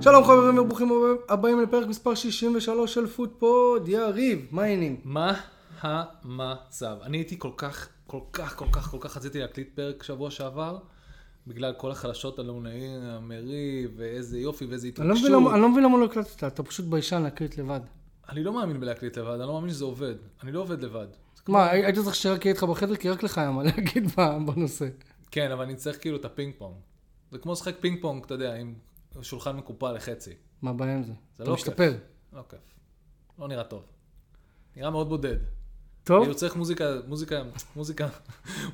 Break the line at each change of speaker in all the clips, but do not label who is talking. שלום חברים וברוכים הבאים לפרק מספר 63 של פודפוד, יריב, מה העניינים?
מה המצב? אני הייתי כל כך, כל כך, כל כך, כל כך רציתי להקליט פרק שבוע שעבר, בגלל כל החלשות על אונאי המרי, ואיזה יופי ואיזה
אני לא
התרגשות.
מבין למה- אני לא מבין למה לא הקלטת, אתה פשוט ביישן להקליט לבד.
אני לא מאמין בלהקליט לבד, אני לא מאמין שזה עובד. אני לא עובד לבד.
מה, הי- היית צריך שרק יהיה איתך בחדר, כי רק לך היה מה להגיד ב- בנושא.
כן, אבל אני צריך כאילו את הפינג פונג. זה כמו לשחק פינג פונג, אתה יודע, עם שולחן מקופל לחצי.
מה הבעיה עם זה?
זה
אתה
לא כיף.
משתפר.
לא כיף. לא נראה טוב. נראה מאוד בודד.
טוב?
אני צריך מוזיקה, מוזיקה, מוזיקה,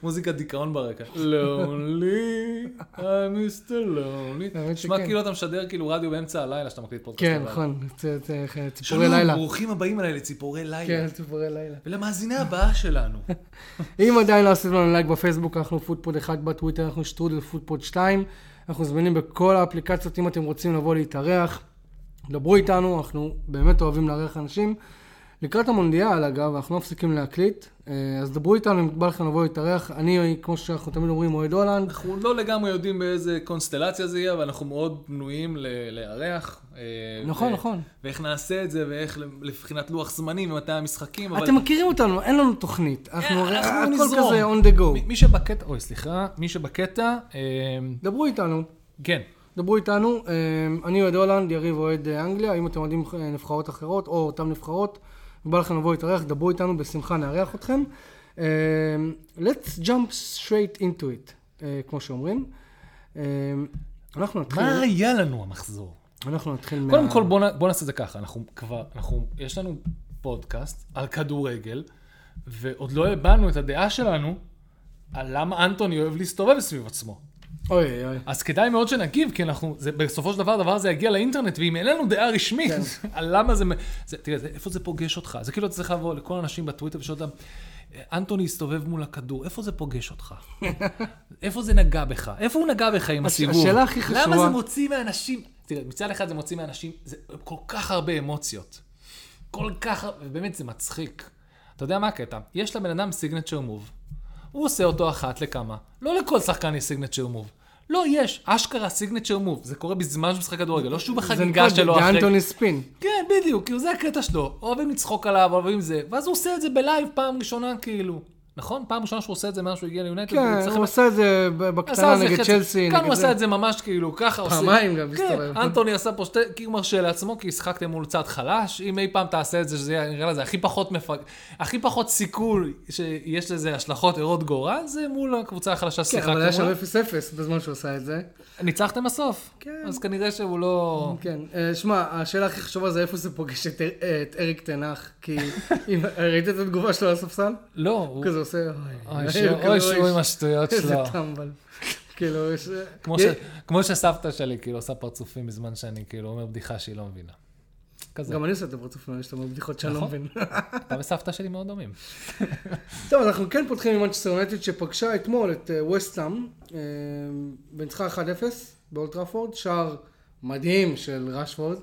מוזיקה דיכאון ברקע. Lonely, I'm Mr. Lonely.
האמת
נשמע
שכן.
כאילו אתה משדר כאילו רדיו באמצע הלילה שאתה מקליט פודקאסט.
כן,
לבד.
נכון, זה- זה- זה-
שלום,
ציפורי לילה.
ברוכים הבאים אליי לציפורי לילה.
כן, ציפורי לילה.
ולמאזינה הבאה שלנו.
אם עדיין לא עשיתם לנו לייק בפייסבוק, אנחנו פודפוד 1 בטוויטר, אנחנו שטרודל פודפוד 2. אנחנו זמינים בכל האפליקציות, אם אתם רוצים לבוא להתארח, דברו איתנו, אנחנו באמת אוהבים לארח אנשים. לקראת המונדיאל, אגב, אנחנו לא מפסיקים להקליט, אה, אז דברו איתנו אם בא לכם לבוא להתארח. אני, כמו שאנחנו תמיד אומרים, אוהד הולנד.
אנחנו לא לגמרי יודעים באיזה קונסטלציה זה יהיה, אבל אנחנו מאוד בנויים ל- לארח. אה,
נכון,
ו-
נכון.
ואיך נעשה את זה, ואיך לבחינת לוח זמנים ומתי המשחקים, אבל... אה,
אתם מכירים אותנו, אין לנו תוכנית. אנחנו הרי
אנחנו
הכל
נזרום.
כזה on the
מי-
go.
מי שבקטע, אוי, סליחה, מי שבקטע, אה,
דברו איתנו.
כן.
דברו איתנו, אה, אני אוהד הולנד, יריב אוהד אה, אנגליה, אם אתם אוהדים אה, נבחרות אחרות או אותן נבחרות, בא לכם לבוא להתארח, דברו איתנו, בשמחה נארח אתכם. אה, let's jump straight into it, אה, כמו שאומרים. אה, אנחנו נתחיל,
מה היה לנו המחזור?
אנחנו נתחיל מה...
קודם כל בוא, נ- בוא נעשה את זה ככה, אנחנו כבר, אנחנו, יש לנו פודקאסט על כדורגל, ועוד לא הבענו את הדעה שלנו על למה אנטוני אוהב להסתובב סביב עצמו.
אוי אוי.
אז כדאי מאוד שנגיב, כי אנחנו, זה, בסופו של דבר הדבר הזה יגיע לאינטרנט, ואם אין לנו דעה רשמית,
כן.
על למה זה, מ- זה תראה, זה, איפה זה פוגש אותך? זה כאילו אתה צריך לבוא לכל האנשים בטוויטר ולשאול אותם, אנטוני הסתובב מול הכדור, איפה זה פוגש אותך? איפה זה נגע בך? איפה הוא נגע בך עם
הש-
הסיבוב?
השאלה הכי חשובה-
למה זה מוציא מאנשים, תראה, מצד אחד זה מוציא מאנשים, זה כל כך הרבה אמוציות. כל כך, הר- ובאמת זה מצחיק. אתה יודע מה הקטע? יש לבן אדם סיגנצ'ר מוב, הוא עושה אותו אחת לכמה. לא לכל שחקן יש סיגנצ'ר מוב. לא, יש, אשכרה סיגנצ'ר מוב. זה קורה בזמן שהוא משחק כדורגל, לא שהוא
זה
בחגיגה
נקרא
שלו
דה-
אחרי...
אנטוני ספין.
כן, בדיוק, כאילו זה הקטע שלו. אוהבים לצחוק עליו, אוהבים זה. ואז הוא עושה את זה בלייב פעם ראשונה, כאילו. נכון? פעם ראשונה שהוא עושה את זה מאז שהוא הגיע ליונייטד. הוא
כן,
צריך
הוא עשה את זה כן, ב- בקטנה נגד צ'לסי.
כאן
נגד
הוא
זה.
עשה את זה ממש כאילו, ככה עושים.
פעמיים גם
כן,
הסתובב.
אנטוני עשה פה שתי, כי הוא מרשה לעצמו, כי השחקתם מול צד חלש. אם אי פעם תעשה את זה, שזה יהיה, נראה לזה, הכי פחות מפג... הכי פחות סיכוי שיש לזה השלכות ערות גורל, זה מול הקבוצה החלשה
כן,
ששיחקתם
אבל היה שם
מולה.
0-0 בזמן שהוא עשה את זה.
ניצחתם בסוף.
כן.
אז כנראה שהוא לא...
כן, אה, שמע, השאלה הכי חשובה זה איפה זה פוגש את אר- אה, את אריק תנח, כי אם- ראית את התגובה שלו על הספסל?
לא, הוא...
הוא כזה עושה, אוי, כאילו,
אוי, שהוא- אוי, שהוא
אוי,
עם השטויות
איזה
שלו.
טמבל. כאילו, יש...
כמו, ש...
יש-
כמו שסבתא שלי, כאילו, עושה פרצופים בזמן שאני, כאילו, אומר בדיחה שהיא לא מבינה. כזה.
גם אני עושה את הפרצופים, יש לנו בדיחות שאני לא
נכון.
מבין.
אתה וסבתא שלי מאוד דומים.
טוב, אנחנו כן פותחים עם מנצ'סטר יונטד שפגשה אתמול את אה, ווסטאם, וניצחה 1-0 באולטראפורד, שער מדהים של ראשפורד.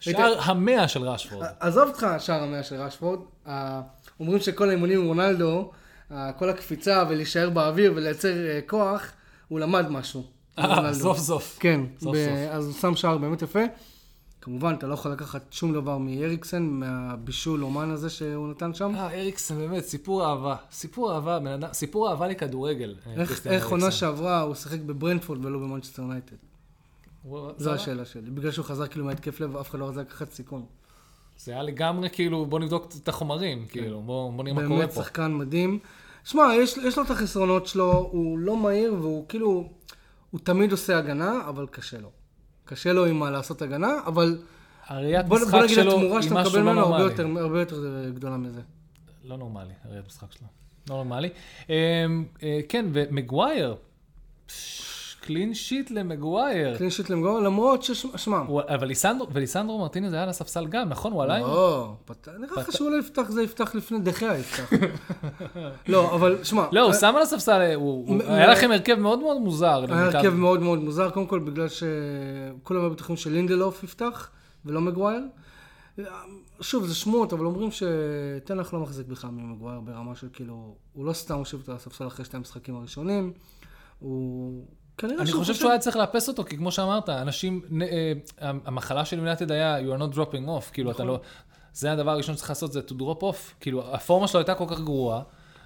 שער המאה של רשפורד.
עזוב אותך שער המאה של רשפורד, אה, אומרים שכל האימונים עם רונלדו, אה, כל הקפיצה ולהישאר באוויר ולייצר אה, כוח, הוא למד משהו.
אה,
רונלדו.
סוף סוף.
כן,
סוף
ב-
סוף.
אז הוא שם שער באמת יפה. כמובן, אתה לא יכול לקחת שום דבר מאריקסן, מהבישול אומן הזה שהוא נתן שם.
אה, אריקסן, באמת, סיפור אהבה. סיפור אהבה, בן אדם, סיפור אהבה לכדורגל. אה,
איך-
כריסטיאן
איך עונה
אריקסן.
שעברה הוא שיחק בברנדפורד ולא במנצ'סטר יונייטד?
הוא-
זו השאלה שלי. בגלל שהוא חזר כאילו מהתקף לב, אף אחד לא רצה לקחת סיכון.
זה היה לגמרי, כאילו, בוא נבדוק את החומרים, כאילו, בוא בוא נראה מה קורה
כן. באמת
פה.
שחקן מדהים. שמע, יש, יש לו את החסרונות שלו, הוא לא מהיר והוא כאילו, הוא תמיד עושה הגנה, אבל קשה לו. קשה לו עם מה לעשות הגנה, אבל
הראיית
בוא,
משחק
בוא נגיד
שלו
התמורה
היא
שאתה
משהו
מקבל
לא
ממנו הרבה
נורמלי.
יותר, הרבה יותר גדולה מזה.
לא נורמלי, הראיית משחק שלו. לא נורמלי. אמ, אה, כן, ומגווייר. פש, קלין שיט למגווייר.
קלין שיט למגור, למרות ששמע,
הוא- אבל ליסנדרו- וליסנדרו מרטינז היה על הספסל גם, נכון? הוא עלה עם...
לא, פת- נראה לך שהוא לא יפתח, זה יפתח לפני דחיה יפתח. לא, אבל שמע,
לא, הוא שם על הספסל, אה, הוא- הוא-
מ-
היה
מ-
לכם הרכב מאוד מאוד מוזר.
היה
למיטב-
הרכב מאוד מאוד מוזר, קודם כל בגלל שכולם היו בטוחים שלינדלוף יפתח ולא מגווייר. שוב, זה שמועות, אבל אומרים שתנח לא מחזיק בכלל ממגווייר ברמה של כאילו, הוא לא סתם הושיב את הספסל אחרי שתי המשחקים הראשונים, הוא, כנראה
אני
שהוא
חושב
חושב...
שהוא היה צריך לאפס אותו, כי כמו שאמרת, אנשים, נ- אה, המחלה של יונייטד היה, you are not dropping off, כאילו
נכון.
אתה לא, זה הדבר הראשון שצריך לעשות, זה to drop off. כאילו, הפורמה שלו הייתה כל כך גרועה,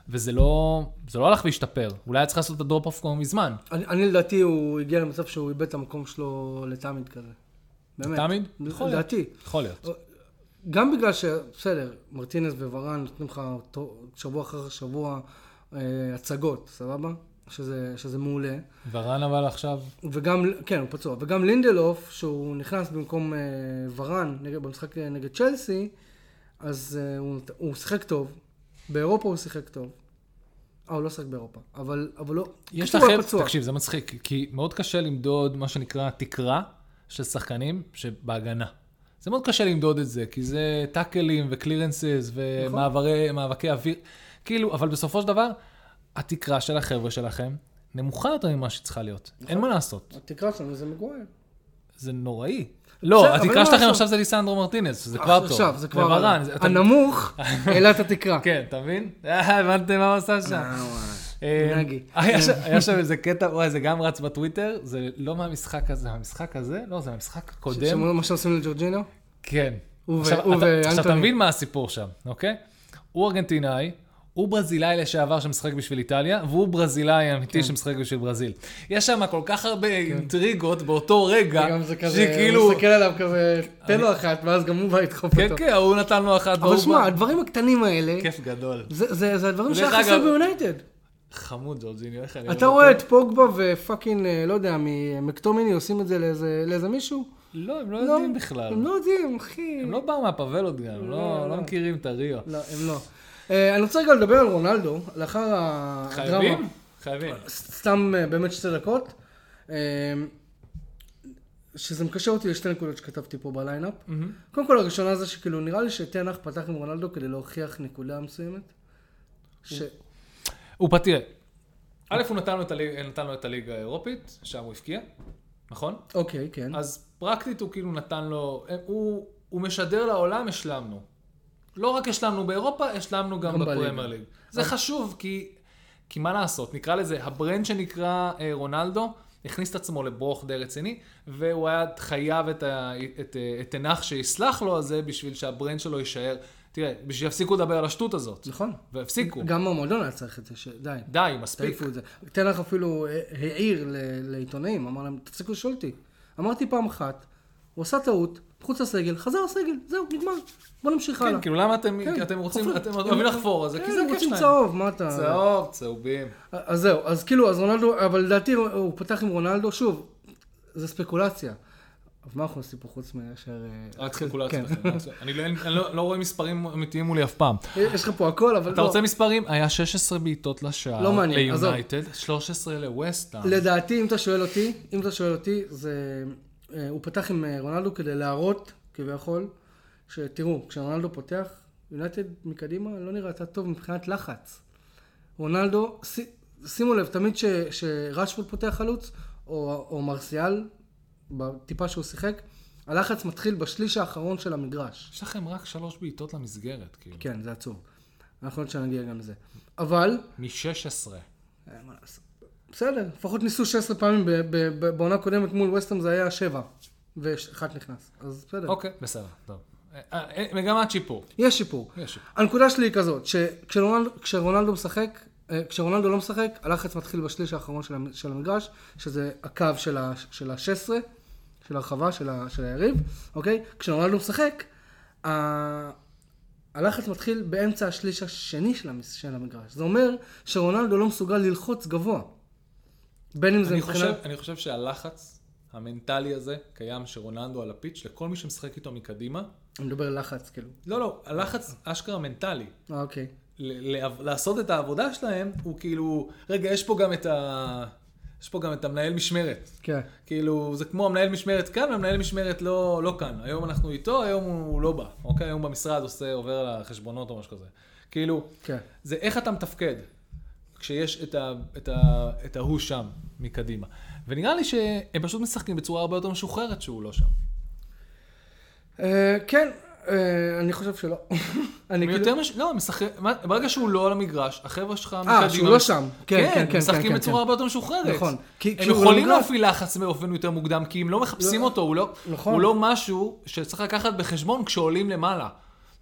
וזה לא, זה לא הלך והשתפר. אולי היה צריך לעשות את הדרופ אוף כבר מזמן.
אני, אני לדעתי, הוא הגיע למצב שהוא איבד את המקום שלו לתמיד כזה. באמת. נכון.
תמיד? יכול להיות.
לדעתי.
יכול להיות.
גם בגלל ש... בסדר, מרטינס וברן נותנים לך אותו- שבוע אחר שבוע אה, הצגות, סבבה? שזה, שזה מעולה.
ורן אבל עכשיו,
וגם, כן, הוא פצוע. וגם לינדלוף, שהוא נכנס במקום אה, ורן נגד, במשחק אה, נגד צ'לסי, אז אה, הוא, נת- הוא שיחק טוב. באירופה הוא שיחק טוב. אה, הוא לא שיחק באירופה. אבל, אבל לא...
יש
בקיצור, הוא היה
לכם,
פצוע.
תקשיב, זה מצחיק, כי מאוד קשה למדוד מה שנקרא תקרה של שחקנים שבהגנה. זה מאוד קשה למדוד את זה, כי זה טאקלים וקלירנסס
נכון.
ומאבקי אוויר, כאילו, אבל בסופו של דבר, התקרה של החבר'ה שלכם נמוכה יותר ממה שצריכה להיות. אין
נכון.
מה לעשות,
התקרה שלנו זה מגווייר.
זה נוראי.
בסדר,
לא,
אבל אין
התקרה
מה
שלכם
לעשות. אה,
עכשיו זה ליסנדרו מרטינס, זה כבר טוב.
עכשיו, זה כבר... לא-
וברן, זה- אתה-
הנמוך העלה את התקרה.
כן, אתה מבין? אה, הבנתם מה הוא עשה שם?
אה, וואי.
אה,
נגי.
היה ש- היה שם איזה קטע, וואי, זה גם רץ בטוויטר, זה לא מהמשחק הזה, המשחק הזה, לא, זה מהמשחק הקודם.
שמעו מה שעושים לג'ורג'ינו?
כן.
הוא ו-
עכשיו,
הוא
אתה-
ואנטוני.
עכשיו, אתה מבין מה הסיפור שם, אוקיי? הוא ארגנטינאי, הוא ברזילאי לשעבר שמשחק בשביל איטליה, והוא ברזילאי
כן.
אמיתי שמשחק בשביל ברזיל. יש שם כל כך הרבה אינטריגות באותו רגע,
גם זה כזה,
שכאילו...
הוא מסתכל עליו כזה, תן לו אחת, ואז גם הוא בא לדחוף
כן,
אותו.
כן, ההוא נתן לו אחת,
אבל
והוא
שמע,
בא.
הדברים הקטנים האלה,
כיף גדול.
זה- זה זה הדברים
דרך
שהיה חסר
אגב- כן,
ביונייטד.
חמוד ג'ורג'יניו, איך אני... לא
אתה רואה את פוגבה ופאקינג, אה, לא יודע, מקטומיני עושים את זה לאיזה- לאיזה מישהו?
לא, הם לא
לא,
יודעים בכלל.
הם לא יודעים, אחי.
הם לא באו מהפבלות גם, הם לא,
לא,
לא
לא.
מכירים את הריו.
לא, הם לא. אה, אני רוצה רגע לדבר על רונלדו, לאחר הדרמה.
חייבים? חייבים.
סתם אה, באמת שתי דקות. אה, שזה מקשר אותי לשתי נקודות שכתבתי פה בליינאפ. קודם כל, הראשונה זה שכאילו, נראה לי שתנח פתח עם רונלדו כדי להוכיח נקודה מסוימת. ש...
הוא פתיר. א', הוא נתן לו, את הליג, נתן לו את הליגה האירופית, שם הוא הבקיע, נכון?
אוקיי, כן.
אז פרקטית הוא כאילו נתן לו, הוא, הוא משדר לעולם, השלמנו. לא רק השלמנו באירופה, השלמנו גם,
גם
גם
בליגה.
בפרמייר ליג. זה חשוב, כי, כי מה לעשות, נקרא לזה, הברנד שנקרא אה, רונלדו, הכניס את עצמו לברוך די רציני, והוא היה חייב את, ה, את, אה, את תנח שיסלח לו על זה, בשביל שהברנד שלו יישאר. תראה, בשביל שיפסיקו לדבר על השטות הזאת.
נכון.
והפסיקו.
גם המועדון היה צריך את זה, שדי.
די, מספיק.
תעיפו את זה. תנח אפילו אה, העיר ל- לעיתונאים, אמר להם, תפסיקו לשאול אותי. אמרתי פעם אחת, הוא עשה טעות, מחוץ לסגל, חזר הסגל, זהו, נגמר. בוא נמשיך הלאה.
כן, כאילו, למה אתם,
כן,
אתם רוצים,
חופרים.
אתם אוהבים לחפור על זה?
כן,
כי זה
הם
הכיף
רוצים
שלהם.
צהוב, מה אתה...
צהוב, צהובים.
אז זהו, אז כאילו, אז רונלדו, אבל לדעתי הוא- הוא פתח עם רונלדו, שוב, זה ספקולציה. אז מה אנחנו עושים פה חוץ מאשר... אה,
רק ספקולציה.
כן.
לכם, מה לעשות? אני לא- אני לא לא רואה מספרים אמיתיים מולי אף פעם.
יש לך פה הכל, אבל
אתה
לא.
רוצה מספרים? היה 16 בעיטות לשער.
לא מעניין, עזוב.
ליונייטד, 13 לווסטהאם.
לדעתי, אם אתה שואל אותי, אם אתה שואל אותי, זה... אה, הוא פתח עם אה, רונלדו כדי להראות, כביכול, שתראו, כשרונלדו פותח, יונייטד מקדימה לא נראתה טוב מבחינת לחץ. רונלדו, שי- שימו לב, תמיד ש- שרשפורד פותח חלוץ, או, או מרסיאל, בטיפה שהוא שיחק, הלחץ מתחיל בשליש האחרון של המגרש.
יש לכם רק שלוש בעיטות למסגרת, כאילו.
כן, זה עצוב. אנחנו עוד שנגיע גם לזה. אבל,
מ-16.
אה, מה לעשות. בסדר, לפחות ניסו 16 פעמים ב- ב- ב- בעונה הקודמת מול וסטהאם זה היה 7, ואחת נכנס, אז בסדר.
אוקיי, בסדר, טוב. אה, אה, מגמת שיפור.
יש שיפור.
יש שיפור.
הנקודה שלי היא כזאת, שכשרונלדו כשרונלדו משחק, אה, כשרונלדו לא משחק, הלחץ מתחיל בשליש האחרון של המ- של המגרש, שזה הקו של ה- של ה-16, של הרחבה, של ה- של היריב, אוקיי? כשרונלדו משחק, ה- הלחץ מתחיל באמצע השליש השני של המס- של המגרש. זה אומר שרונלדו לא מסוגל ללחוץ גבוה. בין אם זה
אני
מבחינת...
חושב- אני חושב שהלחץ המנטלי הזה קיים שרוננדו על הפיץ' לכל מי שמשחק איתו מקדימה.
אני מדבר על לחץ, כאילו.
לא, לא, הלחץ אשכרה מנטלי.
אה, אוקיי.
ל- ל- לעשות את העבודה שלהם, הוא כאילו, רגע, יש פה גם את ה... יש פה גם את המנהל משמרת.
כן.
כאילו, זה כמו המנהל משמרת כאן, והמנהל משמרת לא, לא כאן. היום אנחנו איתו, היום הוא לא בא. אוקיי? היום הוא במשרד עושה, עובר על החשבונות או משהו כזה. כאילו,
כן.
זה איך אתה מתפקד כשיש את, ה, את, ה, את ההוא שם, מקדימה. ונראה לי שהם פשוט משחקים בצורה הרבה יותר משוחררת שהוא לא שם.
אה, כן, אה, אני חושב שלא. אני
הם
כאילו-
יותר מש... לא, משחק... מה- ברגע שהוא לא על המגרש, החבר'ה שלך
אה, שהוא לא שם. כן, כן, כן,
הם משחקים
כן, כן,
בצורה
כן.
הרבה יותר משוחררת.
נכון. כי-
הם
כשהוא
יכולים
במגרש-
להפעיל לחץ באופן יותר מוקדם, כי הם לא מחפשים
לא-
אותו, הוא לא...
נכון.
הוא לא משהו שצריך לקחת בחשבון כשעולים למעלה.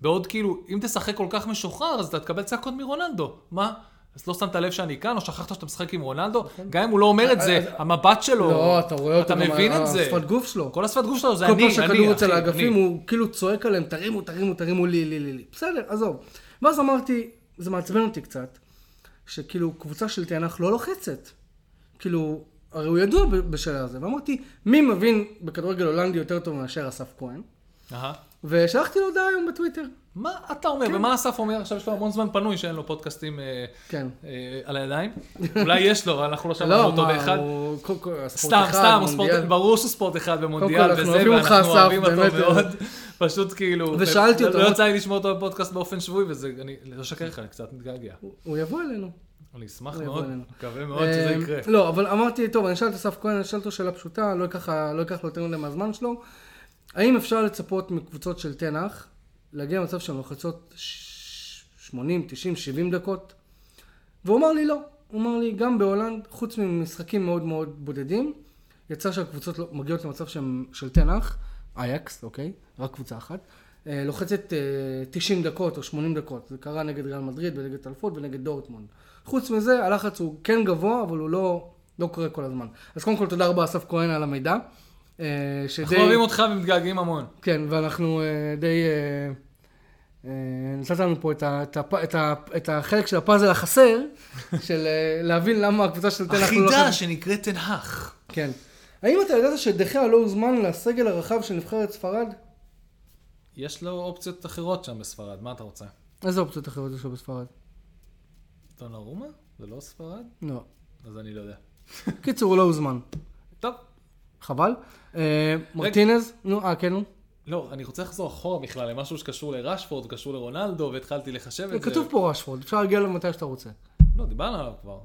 בעוד כאילו, אם תשחק כל כך משוחרר, אז אתה תקבל צעקות מרונלדו. מה? אז לא שמת לב שאני כאן, או שכחת שאתה משחק עם רונלדו?
נכון.
גם אם הוא לא אומר את זה, המבט שלו...
אה, לא, אתה רואה אותו.
אתה
גם
מבין
ה-
את זה.
השפת גוף שלו.
כל השפת גוף שלו זה
כל
אני,
פעם
אני,
שהכדור יוצא
אחי,
לאגפים,
אני.
הוא כאילו צועק עליהם, תרימו, תרימו, תרימו לי, לי, לי, לי. בסדר, עזוב. ואז אמרתי, זה מעצבן אותי קצת, שכאילו קבוצה של תיאנח לא לוחצת. כאילו, הרי הוא ידוע ב- בשאלה הזו. ואמרתי, מי מבין בכדורגל הולנדי יותר טוב מאשר אסף כהן?
אהה.
ושלחתי לו הודעה היום בטוויטר.
מה אתה אומר? ומה אסף אומר עכשיו? יש לו המון זמן פנוי שאין לו פודקאסטים אה,
כן.
אה, על הידיים. אולי יש לו, אבל אנחנו לא שמענו
לא,
אותו
מה,
באחד.
הוא... כל- כל- הספורט
סתם,
אחד,
סתם, הוא
מונדיאל.
ספורט, ברור שהוא ספורט אחד
כל,
במונדיאל
אנחנו
וזה,
אוהבים אותך,
ואנחנו
אסף,
אוהבים אותו
באמת, אה.
מאוד. פשוט כאילו...
ושאלתי
לא-
אותו, "אוקיי."
לא
אמרתי-
יצא לי לשמוע אותו בפודקאסט באופן שבועי, וזה, אני לא אשקר לך, אני קצת מתגעגע.
הוא יבוא אלינו.
אני אשמח
הוא לא יבוא
מאוד,
אלינו.
מקווה מאוד שזה
אמ,
יקרה.
לא, אבל אמרתי, טוב, אני אשאל את אסף כהן, אני אשאל אותו שאלה פשוטה, לא אקח לא אקח לו יותר מדי מהזמן שלו. האם אפשר לצפות מקבוצות של תנח להגיע למצב שהן לוחצות ש- 80, 90, 70 דקות? והוא אמר לי לא. הוא אמר לי, גם בהולנד, חוץ ממשחקים מאוד מאוד בודדים, יצא שהקבוצות לא- מגיעות למצב שהם של תנח, אייקס, אוקיי? רק קבוצה אחת. אה, לוחצת אה, 90 דקות או 80 דקות. זה קרה נגד ריאל מדריד ונגד טלפות ונגד דורטמונד. חוץ מזה, הלחץ הוא כן גבוה, אבל הוא לא, לא קורה כל הזמן. אז קודם כל, תודה רבה, אסף כהן, על המידע. אה, שדי...
אנחנו אוהבים אותך ומתגעגעים המון.
כן, ואנחנו אה, די... אה, אה, נתת לנו פה את, ה, את, הפ, את, ה, את החלק של הפאזל החסר, של אה, להבין למה הקבוצה של תן אנחנו לא...
החידה שנקראת תנהך.
כן. האם אתה ידעת שדחיה לא הוזמן לסגל הרחב של נבחרת ספרד?
יש לו אופציות אחרות שם בספרד, מה אתה רוצה?
איזה אופציות אחרות יש לו בספרד?
דונרומה? זה לא ספרד?
לא.
אז אני לא יודע.
קיצור, הוא לא הוזמן.
טוב.
חבל. אה, מרטינז? נו, אה, כן, נו.
לא, אני רוצה לחזור אחורה בכלל למשהו שקשור לרשפורד, קשור לרונלדו, והתחלתי לחשב את זה.
לא, כתוב פה רשפורד, אפשר להגיע אליו מתי שאתה רוצה.
לא, דיברנו עליו כבר.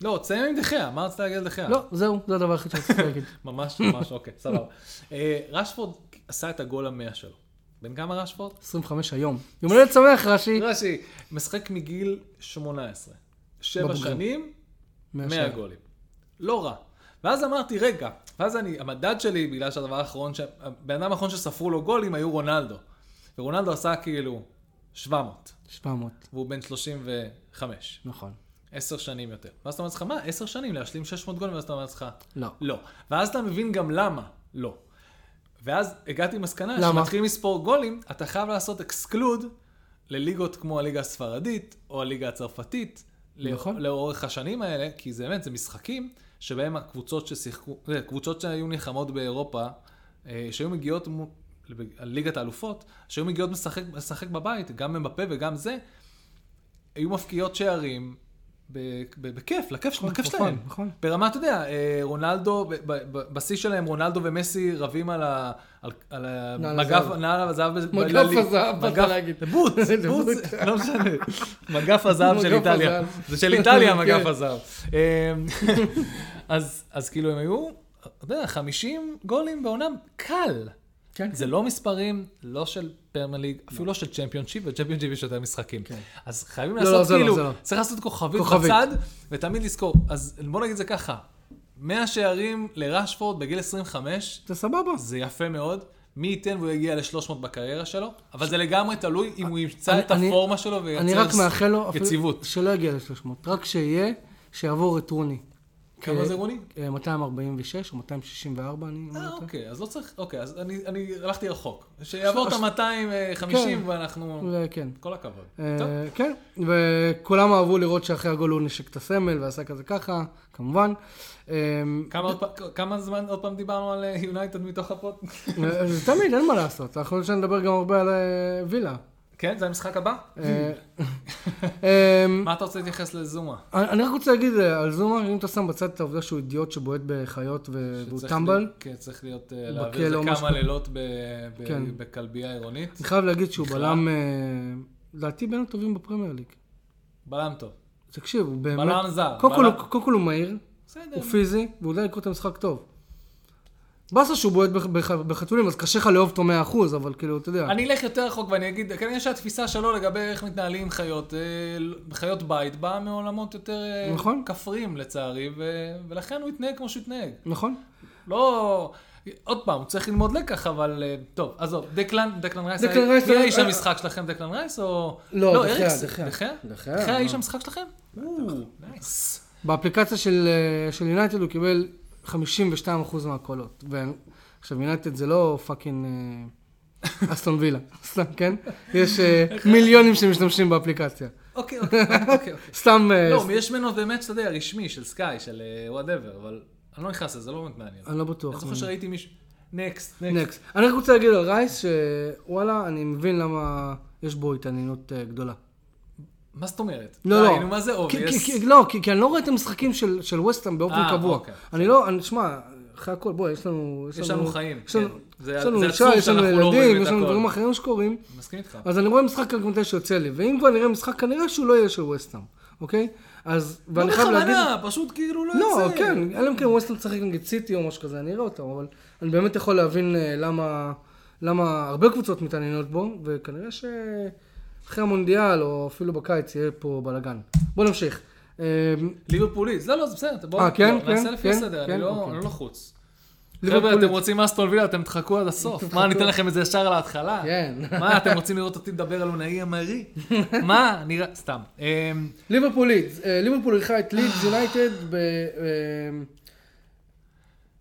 לא, תסיים עם דחיה, מה רצית להגיד על דחיה?
לא, זהו, זה הדבר היחיד שרציתי להגיד.
ממש, ממש, אוקיי, סבבה. אה, רשפורד עשה את הגול המאה שלו. בן כמה רשפורד?
25 היום. יום הולדת שמח, רש"י.
רש"י, משחק מגיל 18. שבע
בבוגרים.
שנים,
מאה
100
שערים.
גולים. לא רע. ואז אמרתי, רגע, ואז אני, המדד שלי, בגלל שהדבר האחרון, ש- הבן אדם האחרון שספרו לו גולים היו רונלדו. ורונלדו עשה כאילו 700,
700,
והוא בן 35,
נכון.
10 שנים יותר. ואז אתה אומר לעצמך, מה, 10 שנים להשלים 600 גולים? ואז אתה אומר לעצמך,
לא.
לא. ואז אתה מבין גם למה לא. ואז הגעתי למסקנה,
למה?
כשמתחילים לספור גולים, אתה חייב לעשות אקסקלוד לליגות כמו הליגה הספרדית, או הליגה הצרפתית, לא-
נכון.
לאורך השנים האלה, כי זה באמת, זה משחקים שבהם הקבוצות ששיחקו, זה, קבוצות שהיו נלחמות באירופה, אה, שהיו מגיעות מו- לב- ליגת האלופות, שהיו מגיעות לשחק, לשחק בבית, גם מבפה וגם זה, היו מפקיעות שערים. ב- ב- בכיף, לכיף בכיף
נכון,
שלהם.
נכון.
ברמה, אתה יודע, אה, רונלדו, ב- ב- ב- בשיא שלהם, רונלדו ומסי רבים על ה- על- על
נעל
המגף,
הזהב.
נעל הזהב. ב-
מגף
בליג-
הזהב, באת
מגף-
להגיד.
בוץ,
זה
בוץ,
בוץ.
לא משנה. מגף הזהב של
מגף
איטליה.
הזהב.
זה של איטליה,
כן.
מגף הזהב. אמ, אז אז כאילו הם היו, אתה יודע, 50 גולים בעונה קל.
כן.
זה לא מספרים, לא של פרמייר ליג, אפילו לא של צ'מפיונשיפ, וצ'מפיונשיפ יש יותר משחקים. אז חייבים
כן. לא,
לעשות
זה לא,
כאילו,
זה לא.
צריך לעשות כוכבית
כוכבית.
בצד, ותמיד לזכור. אז בוא נגיד זה ככה, 100 שערים לרשפורד בגיל 25,
זה סבבה.
זה יפה מאוד. מי ייתן והוא יגיע ל-300 בקריירה שלו, אבל זה לגמרי תלוי אם הוא ימצא
אני-
את
אני-
הפורמה שלו
אני רק מאחל
וייצר
לו... אפילו-
יציבות.
שלא יגיע ל-300, רק שיהיה, שיעבור את רוני.
כמה
אה,
זה רוני?
אה, 246 או 264, אני...
אה, אוקיי, אז לא צריך, אוקיי, אז אני, אני הלכתי רחוק. שיעבור את ה-250
כן.
ואנחנו...
אולי כן.
כל הכבוד.
אה,
טוב,
כן, וכולם אהבו לראות שאחרי הגול הוא נשק את הסמל ועשה כזה ככה, כמובן. אה,
כמה עוד פ- כמה זמן עוד פעם דיברנו על אה, יונייטד מתוך הפוד?
אה, זה תמיד, אין מה לעשות. אנחנו נשאר נדבר גם הרבה על אה, וילה.
כן, זה המשחק הבא?
אה, אה,
מה אתה רוצה להתייחס לזומה?
אני אני רק רוצה להגיד אה, על זומה, אם אתה שם בצד את העובדה שהוא אידיוט שבועט בחיות ו- והוא
שצריך
טמבל.
להיות- כן, צריך להיות, אה,
בכלא
להעביר
או
איזה
משהו.
כמה לילות ב- ב-
כן.
בכלבייה עירונית.
אני חייב להגיד שהוא
בכלל.
בלם, אה, לדעתי בין הטובים בפרמייר ליג.
בלם טוב.
תקשיב, הוא באמת...
בלם זר,
קודם כל
בלם.
הוא- קודם כל הוא מהיר,
בסדר.
הוא פיזי, והוא יודע לקרוא את המשחק טוב. באסה שהוא בועט בח- בח- בחתולים, אז קשה לך לאהוב אותו 100%, אבל כאילו, אתה יודע.
אני אלך יותר רחוק ואני אגיד, כנראה שהתפיסה שלו לגבי איך מתנהלים עם חיות, אה, חיות בית, באה מעולמות יותר אה,
נכון.
כפריים לצערי, ו- ולכן הוא התנהג כמו שהוא התנהג.
נכון?
לא... עוד פעם, הוא צריך ללמוד לקח, אבל אה, טוב, עזוב, דקלן, דקלן רייס,
דקלן
היה-
רייס
מי
היה-
האיש
אה,
המשחק שלכם, דקלן רייס או...
לא, דחיה,
אריקסן.
דחיה.
דחיה?
דחיה,
דחיה האיש
אה.
המשחק שלכם? או, נייס.
באפליקציה של, אה, של יונייטד הוא קיבל 52% מהקולות. ו- עכשיו, יונייטד זה לא פאקינג אה, אסטון וילה, סתם, כן? יש אה, מיליונים שמשתמשים באפליקציה.
אוקיי, אוקיי, אוקיי. אוקיי.
סתם... אה,
לא,
ס-
יש ממנו באמת, אתה יודע, רשמי, של סקאי, של וואטאבר, אבל אני לא נכנס לזה, זה לא באמת מעניין.
אני לא בטוח.
אני זוכר שראיתי מישהו... נקסט, נקסט.
נקסט. אני רק רוצה להגיד על רייס, שוואלה, אני מבין למה יש בו התעניינות אה, גדולה.
מה זאת אומרת?
לא,
די,
לא.
נו, מה זה
כי-
אובייס?
כי- כי- לא, כי כי אני לא רואה את המשחקים של- של ווסטהאם באופן
אה,
קבוע.
אוקיי.
אני לא, אני- שמע, אחרי הכל, בוא, יש לנו...
יש לנו חיים,
יש לנו-
כן. זה-
יש
זה
לנו
עצוב
אישה, יש לנו
שאנחנו לא רואים
ילדים,
את
יש לנו
הכל.
דברים אחרים שקורים.
מסכים איתך.
אז אני רואה משחק רק מתי שיוצא לי, ואם כבר נראה משחק, כנראה שהוא לא יהיה של ווסטהאם, אוקיי? אז,
לא
ואני חייב להגיד...
בכוונה, פשוט כאילו לא יוצא.
לא, כן, אלא אם כן ווסטהאם משחק נגד סיטי או משהו כזה, אני אראה אותם, אבל אני באמת יכול להבין אה, למה, למה הרבה קבוצות מתעניינות בו, וכנראה שאחרי המונדיאל, או אפילו בקיץ, יהיה פה בלאגן. בוא נמשיך. אה,
ליברפוליסט. לא, לא, זה בסדר, בואו
אה, כן,
לא,
כן,
נעשה לפי
כן,
הסדר,
כן,
אני לא
אוקיי.
אני לא לחוץ. חבר'ה,
ליברפול-
אתם רוצים אסטון וילה, אתם תחכו עד הסוף.
תחכו.
מה, ניתן לכם את זה ישר על ההתחלה?
כן.
מה, אתם רוצים לראות אותי מדבר על אונאי המרי? מה, נראה, סתם. אמ,
ליברפול לידס, אה, ליברפול אירחה את לידס יונייטד ב... אה,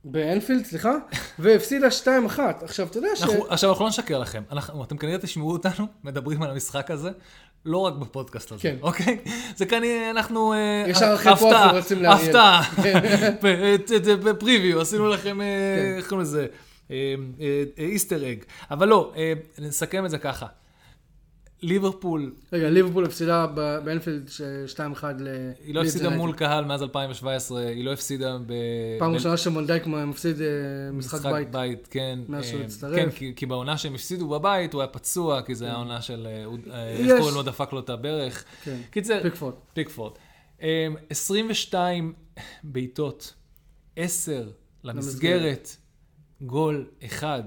באנפילד, סליחה, והפסידה 2-1. עכשיו, אתה יודע ש...
אנחנו- עכשיו, אנחנו לא נשקר לכם. אנחנו- אתם כנראה תשמעו אותנו מדברים על המשחק הזה, לא רק בפודקאסט הזה,
כן.
אוקיי? זה כנראה, אנחנו... אה,
ישר אחרי פה
הפתעה,
אנחנו כן. רצים לאריאל.
הפתעה. בפריוויו, עשינו לכם, אה,
כן.
איך קוראים לזה? אה, אה, אה, איסטר אג. אבל לא, אה, נסכם את זה ככה. ליברפול,
רגע, ליברפול הפסידה ב- באנפילד ש- 2-1 ל...
היא לא
לידס
הפסידה
יונייטד.
מול קהל מאז 2017, היא לא הפסידה ב...
פעם
ב-
ראשונה שמונדייק מפסיד אה, משחק בית.
בית, כן.
מאז שהוא
אה,
הצטרף.
כן, כי- כי בעונה שהם הפסידו בבית, הוא היה פצוע, כי זו הייתה עונה של... אה, הוא- אה,
יש.
איך קוראים לו? דפק לו את הברך.
כן.
קיצר,
פיקפורד.
פיקפורד. אה, 22 בעיטות, 10 למסגרת, גול אחד.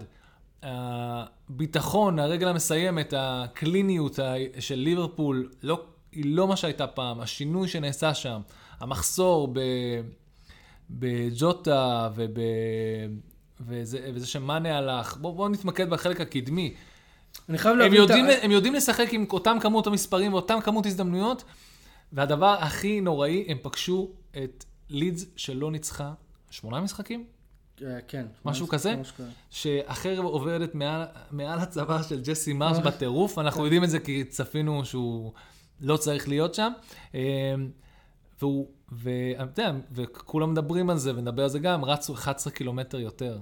הביטחון, הרגל המסיימת, הקליניות ה- של ליברפול, לא, היא לא מה שהייתה פעם. השינוי שנעשה שם, המחסור ב... בג'וטה וב... וזה, וזה שמאנה הלך. בואו בוא נתמקד בחלק הקדמי.
אני חייב
הם
להבין את ה...
יודעים, הם יודעים לשחק עם אותם כמות המספרים ואותם כמות הזדמנויות, והדבר הכי נוראי, הם פגשו את לידס שלא ניצחה שמונה משחקים,
אה, כן.
משהו
ממש-
כזה,
ממש כזה.
שאחר עוברת מעל, מעל הצוואר של ג'סי מארש בטירוף, אנחנו יודעים את זה כי צפינו שהוא לא צריך להיות שם. אמ, והוא, ואתה יודע, וכולם מדברים על זה, ונדבר על זה גם, רצו 11 קילומטר יותר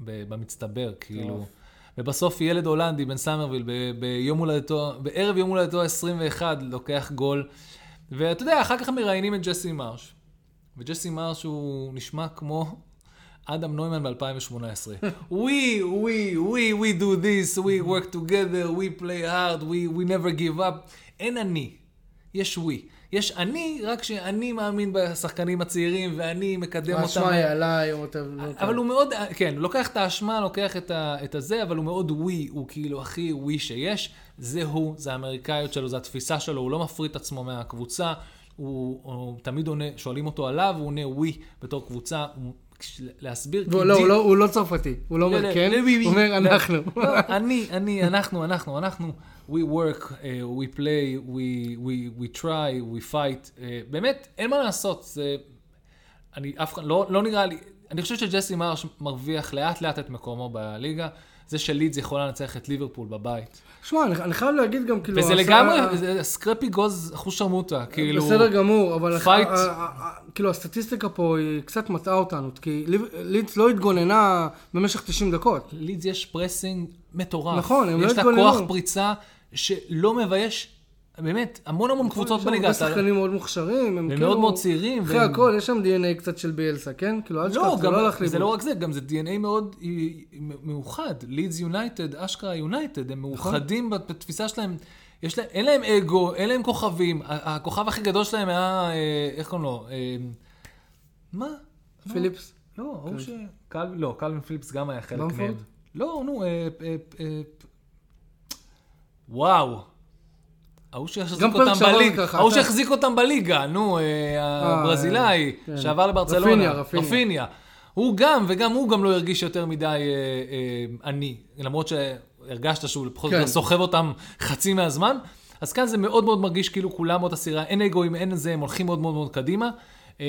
ב- במצטבר, כאילו.
טוב.
ובסוף ילד הולנדי, בן סמרוויל, ב- ביום הולדתו, בערב יום הולדתו ה-21, לוקח גול. ואתה יודע, אחר כך מראיינים את ג'סי מרש. וג'סי מרש הוא נשמע כמו אדם נוימן ב-2018. We, we, we, we do this, we work together, we play hard, we, we never give up. אין אני, יש we. יש אני, רק שאני מאמין בשחקנים הצעירים, ואני מקדם אותם.
האשמה היא עליי, או אתה...
אבל הוא מאוד, כן, הוא לוקח את האשמה, לוקח את, ה, את הזה, אבל הוא מאוד ווי, הוא כאילו הכי ווי שיש. זה הוא, זה האמריקאיות שלו, זה התפיסה שלו, הוא לא מפריט את עצמו מהקבוצה. הוא, הוא תמיד עונה, שואלים אותו עליו, הוא עונה ווי בתור קבוצה. הוא, כש- להסביר...
והוא
כי
לא,
די-
הוא לא- הוא לא צרפתי. הוא לא
לא,
אומר
לא,
כן,
לא, ווי,
הוא
ווי.
אומר
לא,
אנחנו.
לא, אני, אני, אנחנו, אנחנו, אנחנו, we work, uh, we play, we, we, we try, we fight. Uh, באמת, אין מה לעשות. זה, אני אף אחד, לא, לא נראה לי, אני חושב שג'סי מרש מרוויח לאט לאט את מקומו בליגה. זה שלידס יכולה לנצח את ליברפול בבית.
שמע, אני- אני חייב להגיד גם כאילו...
וזה
עשה- אה,
לגמרי, זה סקרפי גוז אחוש שרמוטה, כאילו...
בסדר גמור, אבל... הח-
פייט.
ה- ה- ה- כאילו, הסטטיסטיקה פה היא קצת מטעה אותנו, כי ליב- לידס לא התגוננה במשך 90 דקות.
לידס יש פרסינג מטורף.
נכון, הם לא
יש לה
התגוננו.
כוח פריצה שלא מבייש, באמת, המון המון קבוצות
נכון, יש שם
בליגה.
הרבה
אתה-
שחקנים מאוד מוכשרים, הם
והם
כאילו...
מאוד מאוד צעירים,
אחרי
והם-
הכל, יש שם DNA קצת של ביאלסה, כן? כאילו, אל תשכח,
לא,
זה
גם,
לא הלך
זה
לאיבוד.
לא רק זה, גם זה DNA מאוד היא- היא מאוחד. לידס יונייטד, אשכרה יונייטד,
נכון.
הם מאוחדים בת- בתפיסה שלהם. יש להם, אין להם אגו, אין להם כוכבים. ה- הכוכב הכי גדול שלהם היה, אה, איך קוראים לו? אה, מה?
פיליפס.
לא, ההוא ש... קל... לא, קלווין פיליפס גם היה חלק מהם.
במפורד?
לא, נו, אה, אה, אה, וואו. ההוא שהחזיק
גם פרק
אותם
שעבר זה
בליגה,
ככה,
ההוא
אתה-
שהחזיק אותם בליגה, נו, אה, הברזילאי,
אה, כן.
שעבר לברצלונה.
רפיניה, רפיניה.
הוא גם, וגם הוא גם לא הרגיש יותר מדי אה, אה, עני, למרות שהרגשת שהוא בכל
כן.
זאת סוחב אותם חצי מהזמן. אז כאן זה מאוד מאוד מרגיש כאילו כולם אותה סירה, אין אגואים, אין זה, הם הולכים מאוד מאוד מאוד קדימה. אה,